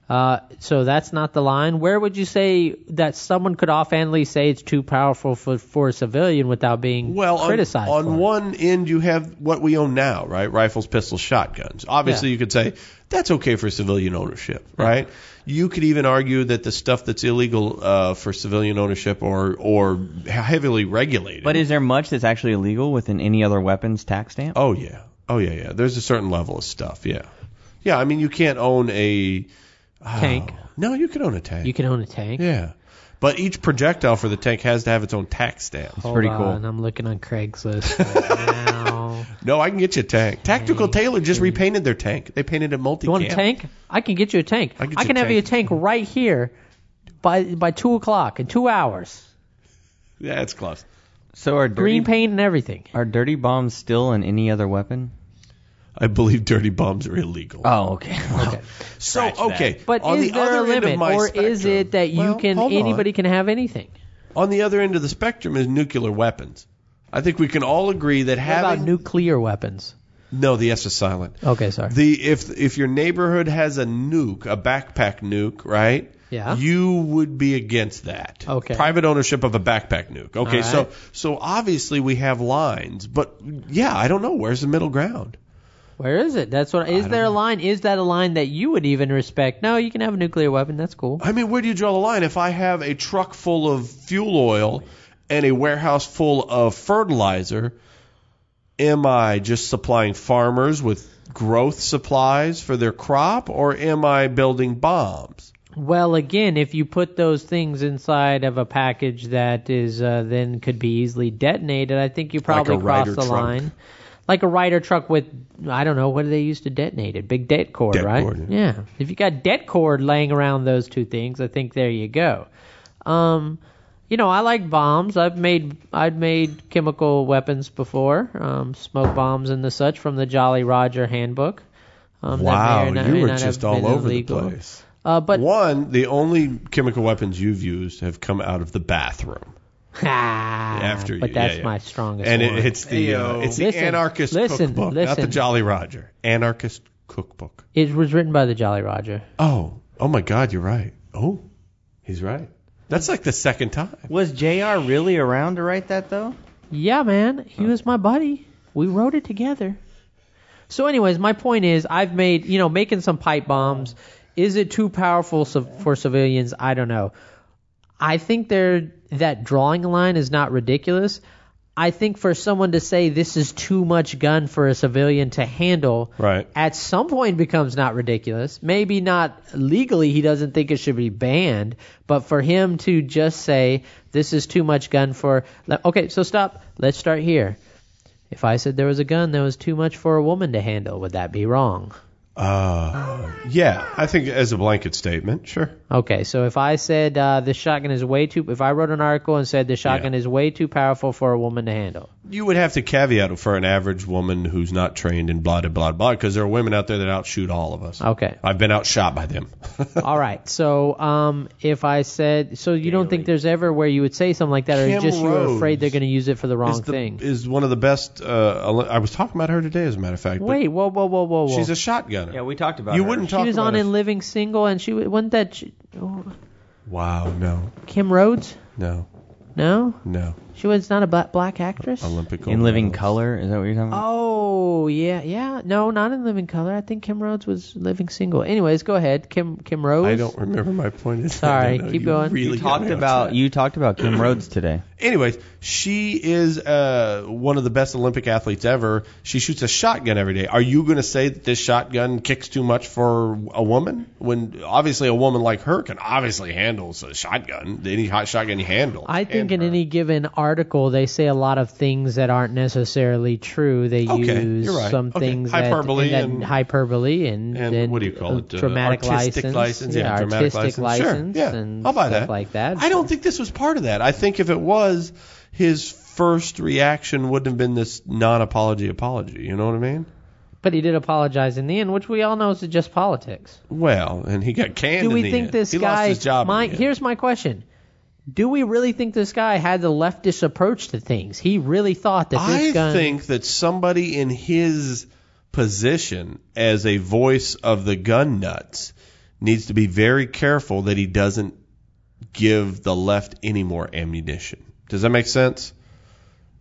S3: Uh, so that's not the line. Where would you say that someone could offhandly say it's too powerful for, for a civilian without being
S2: Well, on,
S3: criticized?
S2: on
S3: for it?
S2: one end you have what we own now, right? Rifles, pistols, shotguns. Obviously,
S3: Yeah.
S2: you could say that's okay for civilian ownership, right? You could even argue that the stuff that's illegal uh, for civilian ownership or or heavily regulated.
S1: But is there much that's actually illegal within any other weapons tax stamp?
S2: Oh yeah. Oh yeah, yeah. There's a certain level of stuff, yeah. Yeah, I mean you can't own a oh,
S3: Tank.
S2: No, you can own a tank.
S3: You can own a tank.
S2: Yeah. But each projectile for the tank has to have its own tax stamp.
S3: Hold
S1: pretty
S3: on,
S1: cool.
S3: I'm looking on Craigslist right
S2: (laughs)
S3: now.
S2: No, I can get you a tank. Tactical
S3: Tank.
S2: Tailor just repainted their tank. They painted it multi.
S3: Mm. You want a tank? I can get you a tank.
S2: I
S3: I
S2: can get
S3: can,
S2: you a
S3: have
S2: tank.
S3: you a tank right here by by two o'clock in two hours.
S2: Yeah, it's close.
S1: So are dirty,
S3: Green paint and everything.
S1: are dirty bombs still in any other weapon?
S2: I believe dirty bombs are illegal.
S3: Uh,
S1: Oh,
S3: (laughs)
S1: okay. okay.
S2: so
S1: scratch that.
S2: okay.
S3: But
S2: on
S3: is
S2: the
S3: there a
S2: other end of
S3: limit,
S2: my
S3: or is
S2: spectrum-
S3: it that you
S2: Well,
S3: can
S2: hold on.
S3: anybody can have anything?
S2: On the other end of the spectrum is nuclear weapons. I think we can all agree that
S3: What about
S2: having
S3: nuclear weapons?
S2: no, the S is silent.
S3: Okay, sorry.
S2: The if if your neighborhood has a nuke, a backpack nuke, right?
S3: Yeah.
S2: You would be against that.
S3: Okay.
S2: Private ownership of a backpack nuke. Okay,
S3: All
S2: so
S3: right.
S2: so obviously we have lines, but yeah, I don't know where's the middle ground.
S3: Where is it? That's what. Is
S2: don't
S3: there a
S2: know.
S3: line? Is that a line that you would even respect? No, you can have a nuclear weapon. That's cool.
S2: I mean, where do you draw the line if I have a truck full of fuel oil and a warehouse full of fertilizer? Am I just supplying farmers with growth supplies for their crop or am I building bombs?
S3: Well, again, if you put those things inside of a package that is uh, then could be easily detonated, I think you probably
S2: a
S3: cross
S2: Ryder
S3: the
S2: truck.
S3: line. Like a rider truck with I don't know what do they use to detonate it? Big det cord,
S2: Det
S3: right?
S2: cord,
S3: yeah. If you got det cord laying around those two things, I think there you go. Um, you know, I like bombs. I've made I've made chemical weapons before, um, smoke bombs and the such from the Jolly Roger handbook. Um, that may or
S2: Wow,
S3: not-
S2: you
S3: may
S2: were
S3: not have
S2: just all
S3: been
S2: over
S3: illegal.
S2: the place.
S3: Uh, but
S2: One, the only chemical weapons you've used have come out of the bathroom,
S3: after
S2: After
S3: but
S2: you-
S3: that's
S2: yeah, yeah.
S3: my strongest
S2: and
S3: one.
S2: it, it's the uh,
S1: Ayo.
S2: it's the
S3: Listen,
S2: anarchist
S3: listen,
S2: cookbook, not the
S3: listen.
S2: Jolly Roger. Anarchist cookbook.
S3: It was written by the Jolly Roger.
S2: Oh, oh my God, you're right. Oh, he's right. That's like the second time.
S1: Was JR really around to write that though?
S3: Yeah, man, he was my buddy. We wrote it together. So, anyways, my point is, I've made you know making some pipe bombs. Is it too powerful so, for civilians? I don't know. I think there that drawing a line is not ridiculous. I think for someone to say this is too much gun for a civilian to handle,
S2: Right.
S3: at some point becomes not ridiculous. Maybe not legally, he doesn't think it should be banned, but for him to just say this is too much gun for. le- Okay, so stop. Let's start here. If I said there was a gun that was too much for a woman to handle, would that be wrong?
S2: Uh, yeah, I think as a blanket statement, sure.
S3: Okay, so if I said uh, this shotgun is way too, if I wrote an article and said the shotgun
S2: Yeah.
S3: is way too powerful for a woman to handle,
S2: You would have to caveat it for an average woman who's not trained in blah, blah, blah, blah, because there are women out there that outshoot all of us. (laughs)
S3: okay.
S2: I've been outshot by them. (laughs)
S3: All right. So um, if I said, so you don't think there's ever where you would say something like that, or
S2: Kim
S3: just you're
S2: Rhodes
S3: afraid they're going to use it for the
S2: is,
S3: wrong
S2: the-
S3: thing?
S2: is one of the best. Uh, ele- I was talking about her today, as a matter of fact. but
S3: Wait, whoa, whoa, whoa, whoa, whoa.
S2: she's a shotgunner.
S1: Yeah, we talked about.
S2: you
S1: her.
S2: wouldn't talk
S3: she was
S2: about
S3: on
S2: a-
S3: in Living Single, and she w- wasn't that she, oh,
S2: Wow, no,
S3: Kim Rhodes?
S2: no,
S3: No,
S2: no.
S3: she was not a black, black actress.
S2: Olympic gold
S1: in living
S2: medalist.
S1: color. Is that what you're talking about?
S3: Oh yeah, yeah. No, not in Living Color. I think Kim Rhodes was Living Single. Anyways, go ahead, Kim Kim Rhodes.
S2: I don't remember my point.
S3: Sorry,
S2: I don't know.
S3: keep
S2: You
S3: going.
S2: Really
S1: you talked
S2: got me
S1: about
S2: outside.
S1: you talked about Kim Rhodes today.
S2: Anyways, she is uh, one of the best Olympic athletes ever. She shoots a shotgun every day. Are you going to say that this shotgun kicks too much for a woman? When obviously a woman like her can obviously handle a shotgun, any hot shotgun you handle.
S3: I think in
S2: Hand her.
S3: any given article they say a lot of things that aren't necessarily true. They
S2: Okay,
S3: use
S2: you're right.
S3: some
S2: Okay,
S3: things that-
S2: hyperbole
S3: that,
S2: and-
S3: hyperbole and,
S2: and what do you call it? Uh,
S3: dramatic
S2: artistic
S3: license,
S2: license, yeah, dramatic
S3: artistic
S2: license. Sure, yeah,
S3: and
S2: I'll buy
S3: stuff
S2: that.
S3: like that.
S2: I don't think this was part of that. I think if it was, his first reaction wouldn't have been this non-apology apology. You know what I mean?
S3: but he did apologize in the end, which we all know is just politics.
S2: Well, and he got canned.
S3: do
S2: in
S3: we
S2: the
S3: think
S2: end.
S3: this
S2: he
S3: guy?
S2: lost his job? in
S3: my,
S2: the end.
S3: here's my question: Do we really think this guy had the leftist approach to things? He really thought that this
S2: I
S3: gun.
S2: think that somebody in his position as a voice of the gun nuts needs to be very careful that he doesn't give the left any more ammunition. Does that make sense?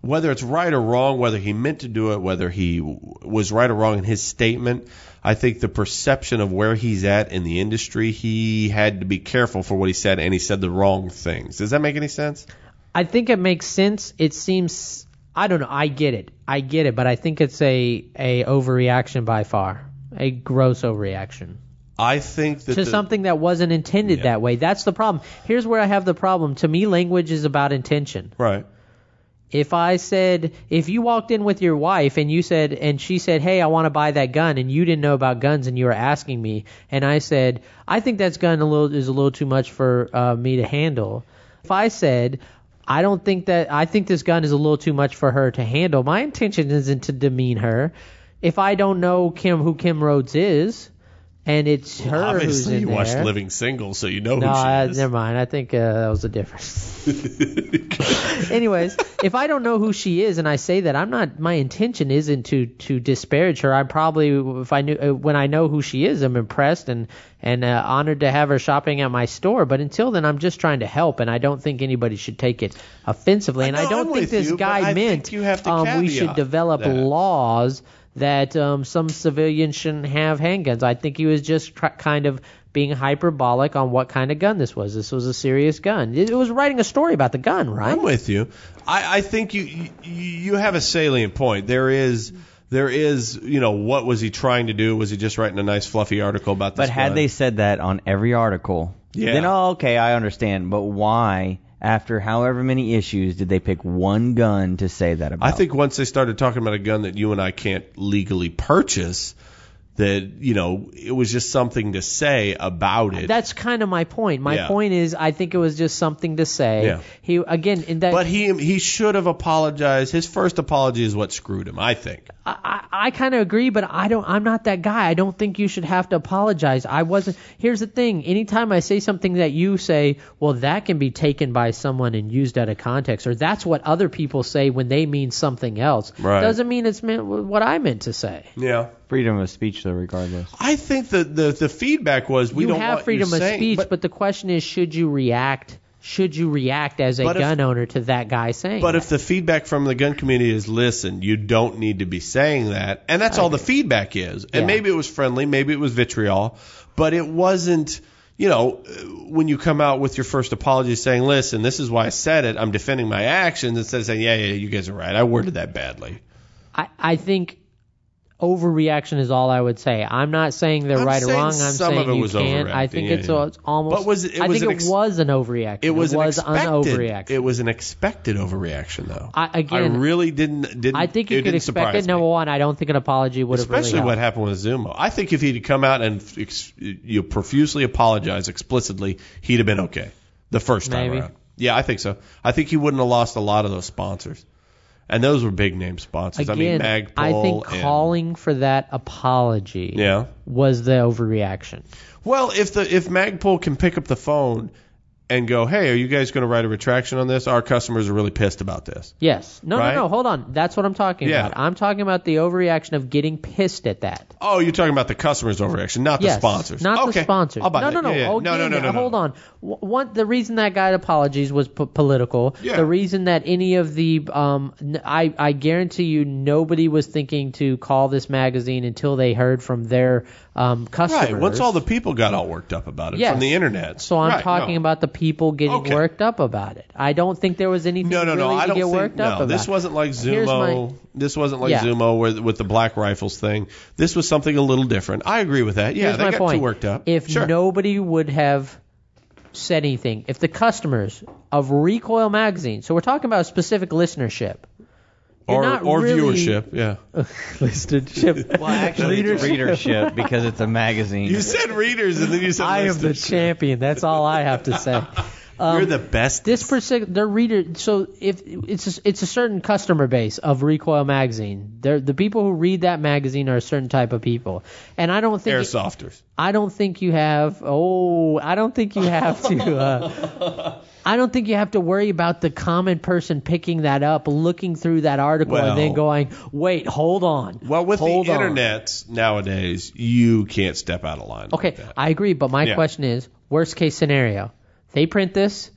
S2: Whether it's right or wrong, whether he meant to do it, whether he w- was right or wrong in his statement, I think the perception of where he's at in the industry, he had to be careful for what he said, and he said the wrong things. Does that make any sense?
S3: I think it makes sense. It seems I don't know. I get it. I get it, but I think it's a a overreaction by far, a gross overreaction
S2: I think that
S3: to
S2: the-
S3: something that wasn't intended
S2: Yeah.
S3: that way. That's the problem. Here's where I have the problem. To me, language is about intention.
S2: right.
S3: If I said, if you walked in with your wife and you said, and she said, hey, I want to buy that gun, and you didn't know about guns and you were asking me, and I said, I think that gun a little is a little too much for uh, me to handle. If I said, I don't think that I think this gun is a little too much for her to handle. My intention isn't to demean her. If I don't know Kim who Kim Rhodes is, and it's her who's
S2: Obviously,
S3: in
S2: you
S3: there.
S2: watched Living Single, so you know
S3: no,
S2: who she
S3: I,
S2: is.
S3: never mind. I think uh, that was the difference. (laughs) Anyways, if I don't know who she is and I say that, I'm not. My intention isn't to to disparage her. I'm probably if I knew uh, when I know who she is, I'm impressed and and uh, honored to have her shopping at my store. But until then, I'm just trying to help, and I don't think anybody should take it offensively. And
S2: No,
S3: I don't
S2: I'm
S3: think
S2: with
S3: this
S2: you, but I
S3: guy
S2: think
S3: meant
S2: you have to
S3: um, we should
S2: caveat
S3: develop
S2: that.
S3: laws that um, some civilians shouldn't have handguns. I think he was just tr- kind of being hyperbolic on what kind of gun this was. This was a serious gun. It, it was writing a story about the gun, right?
S2: I'm with you. I, I think you, you you have a salient point. There is there is you know what was he trying to do? Was he just writing a nice fluffy article about this?
S1: But had
S2: gun?
S1: they said that on every article,
S2: Yeah.
S1: then oh, okay, I understand. But why, after however many issues, did they pick one gun to say that about?
S2: I think once they started talking about a gun that you and I can't legally purchase, that you know it was just something to say about it.
S3: That's kind of my point. My
S2: Yeah.
S3: point is, I think it was just something to say.
S2: Yeah.
S3: He again, in that,
S2: but he he should have apologized. His first apology is what screwed him. I think.
S3: I, I, I kind of agree, but I don't. I'm not that guy. I don't think you should have to apologize. I wasn't. Here's the thing. Anytime I say something that you say, well, that can be taken by someone and used out of context, or that's what other people say when they mean something else,
S2: Right.
S3: doesn't mean it's meant what I meant to say.
S2: Yeah.
S1: freedom of speech, though, regardless.
S2: I think the the, the feedback was we
S3: you
S2: don't
S3: have
S2: want
S3: freedom
S2: you
S3: of
S2: saying,
S3: speech,
S2: but,
S3: but, the question is, should you react? Should you react as a
S2: But if-
S3: gun owner to that guy saying?
S2: But
S3: that?
S2: if the feedback from the gun community is, listen, you don't need to be saying that, and that's all the feedback is. And
S3: Yeah.
S2: maybe it was friendly, maybe it was vitriol, but it wasn't. You know, uh, when you come out with your first apology saying, listen, this is why I said it, I'm defending my actions, instead of saying, yeah, yeah, you guys are right, I worded that badly.
S3: I, I think overreaction is all I would say. I'm not saying they're
S2: I'm
S3: right or
S2: saying
S3: wrong. I'm
S2: some of
S3: saying
S2: it
S3: you
S2: was
S3: can't. I
S2: overreacting,
S3: think
S2: yeah,
S3: it's,
S2: yeah.
S3: it's almost.
S2: But was- it
S3: I
S2: was an
S3: think it
S2: ex-
S3: was an overreaction.
S2: It was,
S3: it was
S2: an
S3: an
S2: expected.
S3: overreaction.
S2: It was an expected overreaction, though.
S3: I, again,
S2: I really didn't. Didn't.
S3: I think
S2: it
S3: you could
S2: didn't
S3: expect
S2: surprise
S3: it.
S2: me.
S3: Number one, I don't think an apology would have really
S2: Especially what
S3: helped.
S2: happened with Zumo. I think if he'd come out and ex- you profusely apologized explicitly, he'd have been okay the first time
S3: Maybe.
S2: around. Yeah, I think so. I think he wouldn't have lost a lot of those sponsors, and those were big name sponsors. I mean,
S3: Again,
S2: Magpul.
S3: I think
S2: and-
S3: calling for that apology
S2: Yeah.
S3: was the overreaction.
S2: Well, if the if Magpul can pick up the phone and go, hey, are you guys going to write a retraction on this? Our customers are really pissed about this.
S3: Yes. No,
S2: Right?
S3: no, no. Hold on. That's what I'm talking
S2: Yeah.
S3: about. I'm talking about the overreaction of getting pissed at that.
S2: Oh, you're talking about the customers' overreaction, not
S3: yes.
S2: the sponsors.
S3: Not
S2: okay.
S3: the sponsors.
S2: I'll buy
S3: no,
S2: that.
S3: no, no,
S2: Yeah, yeah.
S3: Oh,
S2: no, no,
S3: yeah,
S2: no, no, no.
S3: Hold on. W- One, the reason that guy apologies was p- political.
S2: Yeah.
S3: The reason that any of the, um, n- I, I guarantee you, nobody was thinking to call this magazine until they heard from their um, customers.
S2: Right. Once all the people got all worked up about it
S3: Yes.
S2: from the internet.
S3: So I'm
S2: Right,
S3: talking
S2: no.
S3: about the people getting
S2: Okay.
S3: worked up about it. I don't think there was anything
S2: No, no, no.
S3: really
S2: I
S3: to
S2: don't
S3: get
S2: think
S3: worked
S2: no.
S3: up about.
S2: this wasn't like
S3: Here's
S2: Zumo.
S3: my-
S2: this wasn't like
S3: Yeah.
S2: Zumo where, with the black rifles thing. This was something a little different. I agree with that. Yeah,
S3: Here's
S2: they
S3: my
S2: got
S3: point.
S2: too worked up.
S3: If
S2: sure.
S3: nobody would have said anything, if the customers of Recoil Magazine, so we're talking about a specific listenership, you're
S2: or
S3: not
S2: or
S3: really-
S2: viewership. Yeah.
S3: (laughs) listenership,
S1: Well, actually, it's readership because it's a magazine.
S2: You said readers, and then you said
S3: I am the
S2: listeners.
S3: champion. That's all I have to say.
S2: You're the best.
S3: This particular their reader, so if it's a, it's a certain customer base of Recoil Magazine, They're, the people who read that magazine are a certain type of people, and I don't think it-
S2: airsofters.
S3: I don't think you have. Oh, I don't think you have to. Uh,
S2: (laughs)
S3: I don't think you have to worry about the common person picking that up, looking through that article,
S2: Well-
S3: and then going, "Wait, hold on."
S2: Well, with
S3: hold
S2: the
S3: on."
S2: internet nowadays, you can't step out of line.
S3: Okay,
S2: Like that.
S3: I agree, but my
S2: Yeah.
S3: question is, worst case scenario, they print this.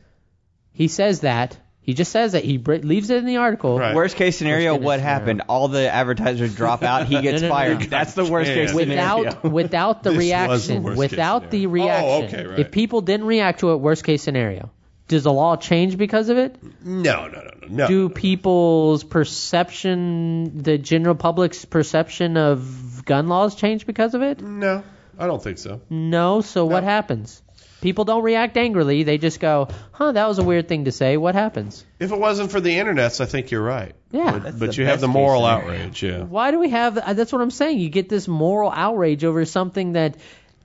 S3: He says that. He just says that. He br- leaves it in the article.
S2: Right.
S1: Worst case scenario,
S3: Worst case
S1: what
S3: scenario.
S1: happened? All the advertisers drop out. He gets
S3: No, no, no,
S1: fired.
S3: no.
S1: That's the worst case
S2: (laughs) Yeah.
S1: scenario.
S3: Without without the
S2: This was the
S3: reaction,
S2: worst case
S3: without the
S2: scenario.
S3: reaction.
S2: Oh, okay, right.
S3: If people didn't react to it, worst case scenario. Does the law change because of it?
S2: no, no, no, no, no.
S3: do people's perception, the general public's perception of gun laws change because of it?
S2: no, I don't think so.
S3: No. So what happens? People don't react angrily. They just go, "Huh, that was a weird thing to say." What happens?
S2: If it wasn't for the internets, I think you're right.
S3: Yeah.
S2: But,
S1: That's
S2: but
S1: the
S2: you have
S1: best
S2: the moral
S1: case scenario.
S2: outrage, yeah.
S3: Why do we have? uh, That's what I'm saying. You get this moral outrage over something that.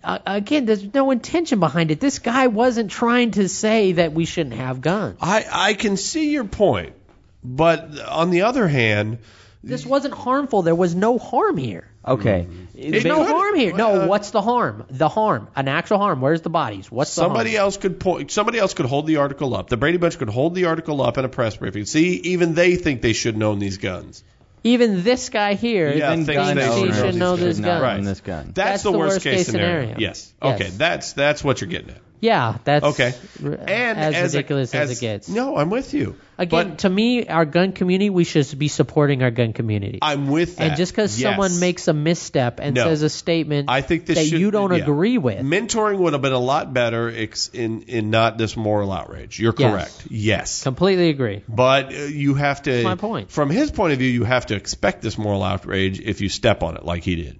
S3: Uh, again, there's no intention behind it. This guy wasn't trying to say that we shouldn't have guns.
S2: I, I can see your point, but on the other hand,
S3: This wasn't harmful. There was no harm here.
S1: Okay.
S3: There's no
S2: could-
S3: harm here. No,
S2: uh,
S3: what's the harm? The harm, an actual harm. Where's the bodies? What's the
S2: somebody
S3: harm?
S2: else could point. Somebody else could hold the article up. The Brady Bunch could hold the article up in a press briefing. See, even they think they should own these guns.
S3: Even this guy here
S2: Yeah,
S3: thinks
S2: thinks gun they
S3: he should,
S2: owners should
S3: know
S2: should
S3: this
S1: not
S3: gun.
S1: own
S2: Right.
S1: this gun.
S2: That's, the, worst, case, scenario. Yes.
S3: Yes.
S2: Okay. That's that's what you're getting at.
S3: Yeah, that's
S2: Okay.
S3: r-
S2: And
S3: as,
S2: as a-
S3: ridiculous as, it gets.
S2: No, I'm with you.
S3: Again,
S2: but
S3: to me, our gun community, we should be supporting our gun community.
S2: I'm with that.
S3: and just because
S2: Yes.
S3: someone makes a misstep and
S2: No.
S3: says a statement
S2: I think this
S3: that
S2: should-
S3: you don't
S2: yeah.
S3: agree with,
S2: mentoring would have been a lot better ex- in in not this moral outrage. You're
S3: Yes.
S2: correct. Yes.
S3: completely agree.
S2: But uh, you have to.
S3: my point.
S2: From his point of view, you have to expect this moral outrage if you step on it like he did.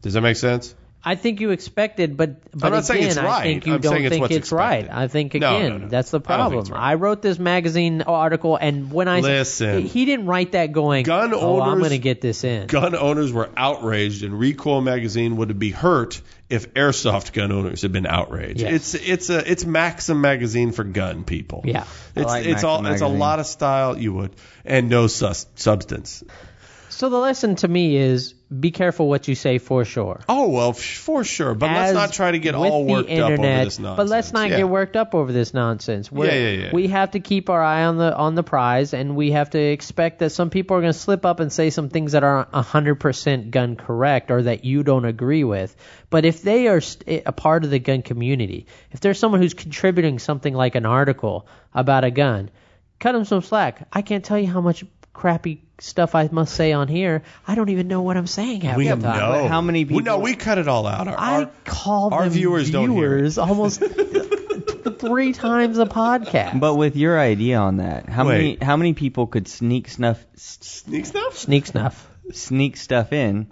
S2: Does that make sense?
S3: I think you expected, but but
S2: not saying
S3: again,
S2: it's
S3: I
S2: right.
S3: think you
S2: I'm
S3: don't
S2: saying it's
S3: think
S2: what's
S3: it's, right.
S2: expected.
S3: I think
S2: No,
S3: again,
S2: no, no.
S3: that's
S2: I
S3: the
S2: don't think
S3: problem.
S2: it's right.
S3: I wrote this magazine article, and when I
S2: Listen.
S3: he didn't write that going,
S2: Gun
S3: oh, I'm
S2: owners-
S3: going to get this in.
S2: Gun owners were outraged, and Recoil magazine would be hurt if airsoft gun owners had been outraged. It's
S3: Yes.
S2: it's a it's Maxim magazine for gun people.
S3: Yeah.
S2: it's
S1: like
S2: it's
S1: Maxim
S2: all it's a
S1: magazine.
S2: lot of style you would and no sus- substance.
S3: So the lesson to me is be careful what you say for sure.
S2: Oh well, f- for sure. But
S3: As
S2: let's not try to get
S3: with
S2: all
S3: the
S2: worked up over
S3: internet-
S2: this nonsense.
S3: But let's not
S2: Yeah.
S3: get worked up over this nonsense. We're-
S2: Yeah, yeah, yeah.
S3: We have to keep our eye on the on the prize, and we have to expect that some people are going to slip up and say some things that are 100% gun correct or that you don't agree with. But if they are st- eh, a part of the gun community, if there's someone who's contributing something like an article about a gun, cut them some slack. I can't tell you how much crappy stuff I must say on here. I don't even know what I'm saying half
S2: We
S3: the
S2: have
S3: time.
S2: no.
S1: But how many
S2: We- No,
S1: people-
S2: we cut it all out. Our,
S3: I
S2: our-
S3: call
S2: our
S3: them
S2: viewers don't hear it.
S3: viewers
S2: (laughs)
S3: almost three times a podcast.
S1: But with your idea on that, how many
S2: Wait.
S1: how many people could sneak snuff s-
S2: sneak stuff.
S3: sneak snuff.
S1: sneak stuff in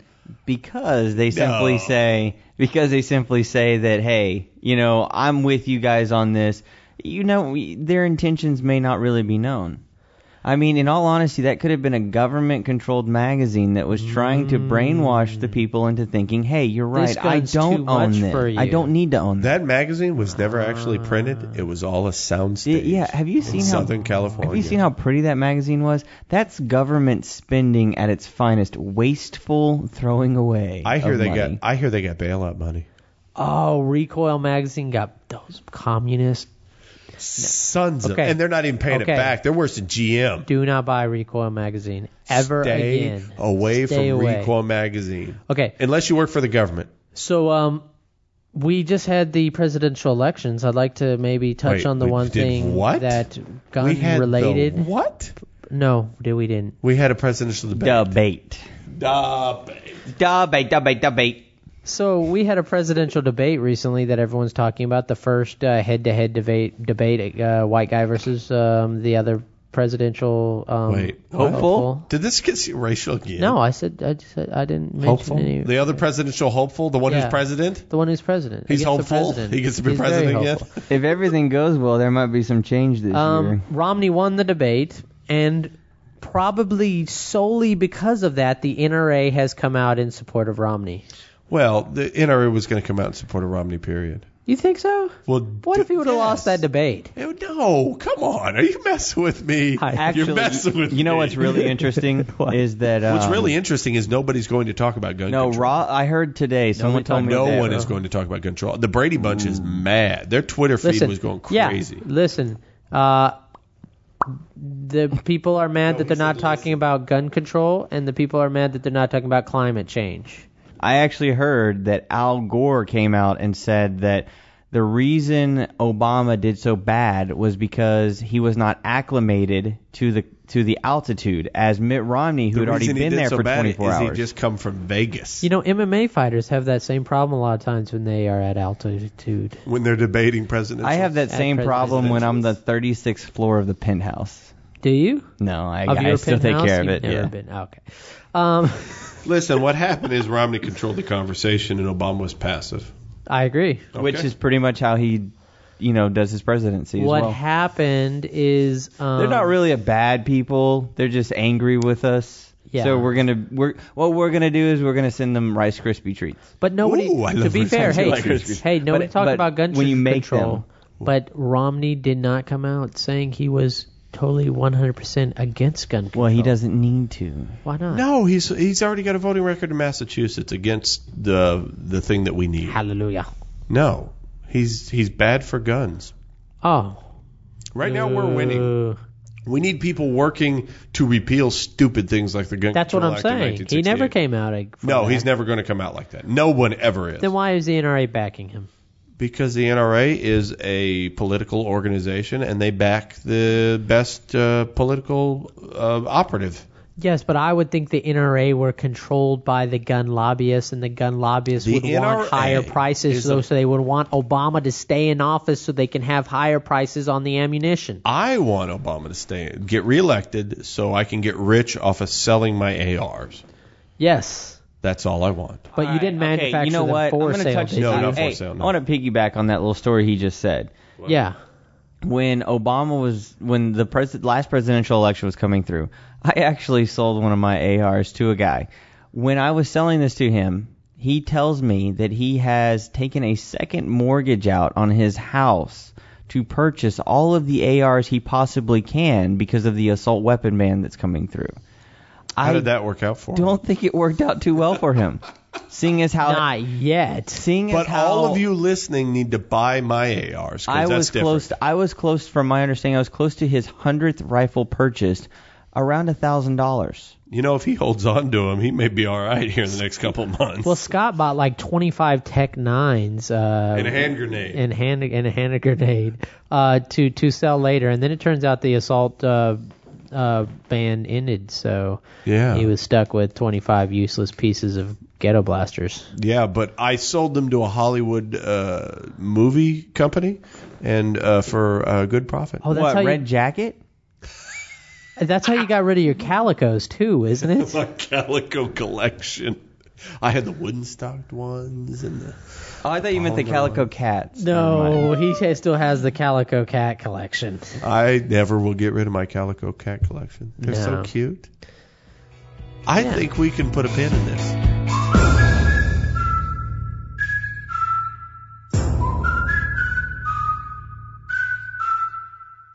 S1: because they simply
S2: No.
S1: say because they simply say that hey, you know, I'm with you guys on this. You know, we- their intentions may not really be known. I mean, in all honesty, that could have been a government-controlled magazine that was trying to brainwash
S2: Mm.
S1: the people into thinking, "Hey, you're
S3: This
S1: right. I
S3: gun's too
S1: don't own
S3: much
S1: this.
S3: for
S1: I
S3: you."
S1: don't need to own this."
S2: That magazine was never actually printed. It was all a soundstage.
S1: yeah, have you
S2: in
S1: seen how
S2: Southern California?
S1: Have you seen how pretty that magazine was? That's government spending at its finest, wasteful throwing away.
S2: I hear
S1: of
S2: they
S1: money.
S2: got. I hear they got bailout money.
S3: Oh, Recoil magazine got those communists.
S2: Sons of,
S3: Okay.
S2: and they're not even paying
S3: Okay.
S2: it back. They're worse than GM.
S3: Do not buy Recoil magazine ever
S2: Stay
S3: again.
S2: away
S3: Stay
S2: from
S3: away.
S2: Recoil magazine,
S3: Okay,
S2: unless you work for the government.
S3: so um, we just had the presidential elections. I'd like to maybe touch
S2: Wait,
S3: on the
S2: we
S3: one
S2: did
S3: thing
S2: what?
S3: that
S2: we
S3: gun
S2: had the
S3: related.
S2: what?
S3: No, did we didn't.
S2: We had a presidential debate.
S1: debate.
S2: Debate.
S1: Debate, debate, debate.
S3: So we had a presidential debate recently that everyone's talking about. The first uh, head-to-head debate, debate, uh, white guy versus um, the other presidential um,
S2: Wait, what?
S3: hopeful.
S2: Did this get racial again?
S3: No, I said I just said I didn't mention
S2: Hopeful.
S3: any.
S2: The other presidential hopeful, the one
S3: Yeah.
S2: who's president.
S3: The one who's president.
S2: He's
S3: Against the
S2: hopeful.
S3: president.
S2: He gets to be
S3: He's very
S2: president again.
S3: hopeful.
S1: If everything goes well, there might be some change this year.
S3: Um, Romney won the debate, and probably solely because of that, the NRA has come out in support of Romney.
S2: Well, the NRA was going to come out in support of Romney. Period.
S3: You think so?
S2: Well,
S3: What if he would have
S2: yes.
S3: lost that debate?
S2: Eh, No, come on. Are you messing with me?
S3: Hi.
S1: Actually,
S2: You're messing with
S1: you know
S2: me.
S1: what's
S2: (laughs)
S1: really interesting is that um,
S2: What's really interesting is nobody's going to talk about gun
S1: no.
S2: control.
S1: Raw. I heard today someone told me
S2: no
S1: that,
S2: one is going to talk about gun control. The Brady Bunch is mad. Their Twitter feed
S3: Mm. Listen,
S2: was going
S3: yeah,
S2: crazy.
S3: listen, uh, the people are mad that they're not talking about gun control, and the people are mad that they're not talking about climate change.
S1: (laughs) I actually heard that Al Gore came out and said that the reason Obama did so bad was because he was not acclimated to the to the altitude as Mitt Romney, who
S2: The
S1: had already
S2: reason he
S1: been
S2: did
S1: there
S2: so
S1: for
S2: bad
S1: 24
S2: is
S1: hours.
S2: he just come from Vegas
S3: You know, MMA fighters have that same problem a lot of times when they are at altitude.
S2: when they're debating presidential.
S1: I have that
S3: At
S1: same problem when I'm the
S2: presidentials.
S1: 36th floor of the penthouse.
S3: Do you?
S1: No, I,
S3: Of
S1: I
S3: your
S1: still take
S3: penthouse?
S1: care of
S3: You've
S1: it.
S3: never
S1: Yeah.
S3: been- Okay. Um,
S2: Listen, what happened is Romney controlled the conversation and Obama was passive.
S3: I agree.
S2: Okay?
S1: Which is pretty much how he, you know, does his presidency
S3: what
S1: as well.
S3: happened is um,
S1: They're not really a bad people. They're just angry with us.
S3: Yeah.
S1: So we're gonna we're what we're gonna do is we're gonna send them Rice Krispie treats.
S3: But nobody.
S2: Ooh, I
S3: to
S2: love
S3: be fair,
S2: Rice
S3: hey,
S2: Krispies.
S3: (laughs) hey, nobody
S1: But-
S3: talked
S1: but
S3: about gun
S1: when you make
S3: control.
S1: them-
S3: But Romney did not come out saying he was totally 100% against gun control.
S1: Well, he doesn't need to.
S3: Why not?
S2: No, he's he's already got a voting record in Massachusetts against the the thing that we need.
S3: Hallelujah.
S2: No, he's he's bad for guns.
S3: Oh.
S2: Right now we're winning.
S3: Ooh.
S2: We need people working to repeal stupid things like the gun
S3: That's what
S2: control
S3: I'm
S2: Act of
S3: saying. He never
S2: 1968.
S3: came out. like, for
S2: No,
S3: that.
S2: he's never going to come out like that. No one ever is.
S3: Then why is the NRA backing him?
S2: Because the NRA is a political organization and they back the best uh, political uh, operative.
S3: Yes, but I would think the NRA were controlled by the gun lobbyists, and the gun lobbyists
S2: The
S3: would want
S2: NRA
S3: higher prices,
S2: is
S3: so,
S2: a-
S3: so they would want Obama to stay in office so they can have higher prices on the ammunition.
S2: I want Obama to stay get reelected so I can get rich off of selling my ARs.
S3: Yes,
S2: That's all I want.
S3: but you didn't
S1: Alright,
S3: manufacture
S1: okay, you know
S3: them
S1: what?
S3: for
S1: I'm gonna
S3: sale.
S1: touch
S3: did
S2: No,
S3: you?
S2: not for
S1: hey,
S2: sale, no.
S1: I want to piggyback on that little story he just said.
S3: Yeah,
S1: When Obama was when the pres- last presidential election was coming through, I actually sold one of my ARs to a guy. When I was selling this to him, he tells me that he has taken a second mortgage out on his house to purchase all of the ARs he possibly can because of the assault weapon ban that's coming through.
S2: How
S1: I
S2: did that work out for him?
S1: don't think it worked out too well for him. seeing as how
S3: not yet.
S1: seeing as
S2: But
S1: how
S2: all of you listening need to buy my ARs. 'cause
S1: I
S2: that's
S1: was
S2: different.
S1: close. To, I was close. From my understanding, I was close to his hundredth rifle purchased, around a thousand dollars.
S2: You know, if he holds on to him, he may be all right here in the next couple of months. (laughs)
S3: Well, Scott bought like 25 Tech Nines uh,
S2: and a hand grenade.
S3: and hand and a hand grenade uh, to to sell later, and then it turns out the assault uh, uh, ban ended, so
S2: Yeah.
S3: he was stuck with 25 useless pieces of ghetto blasters.
S2: Yeah, but I sold them to a Hollywood uh, movie company, and uh, for uh, good profit.
S3: Oh, that's
S1: what
S3: how
S1: red jacket? (laughs)
S2: (laughs)
S3: you that's how you got rid of your calicos too, isn't it?
S2: my calico collection. I had the wooden stocked ones and the
S1: Oh, I thought you meant the
S2: Oh, no.
S1: calico cats. Never
S3: No,
S1: mind.
S3: he ha- still has the Calico Cat collection.
S2: I never will get rid of my calico cat collection. They're so
S3: No.
S2: cute. I
S3: Yeah.
S2: think we can put a pin in this.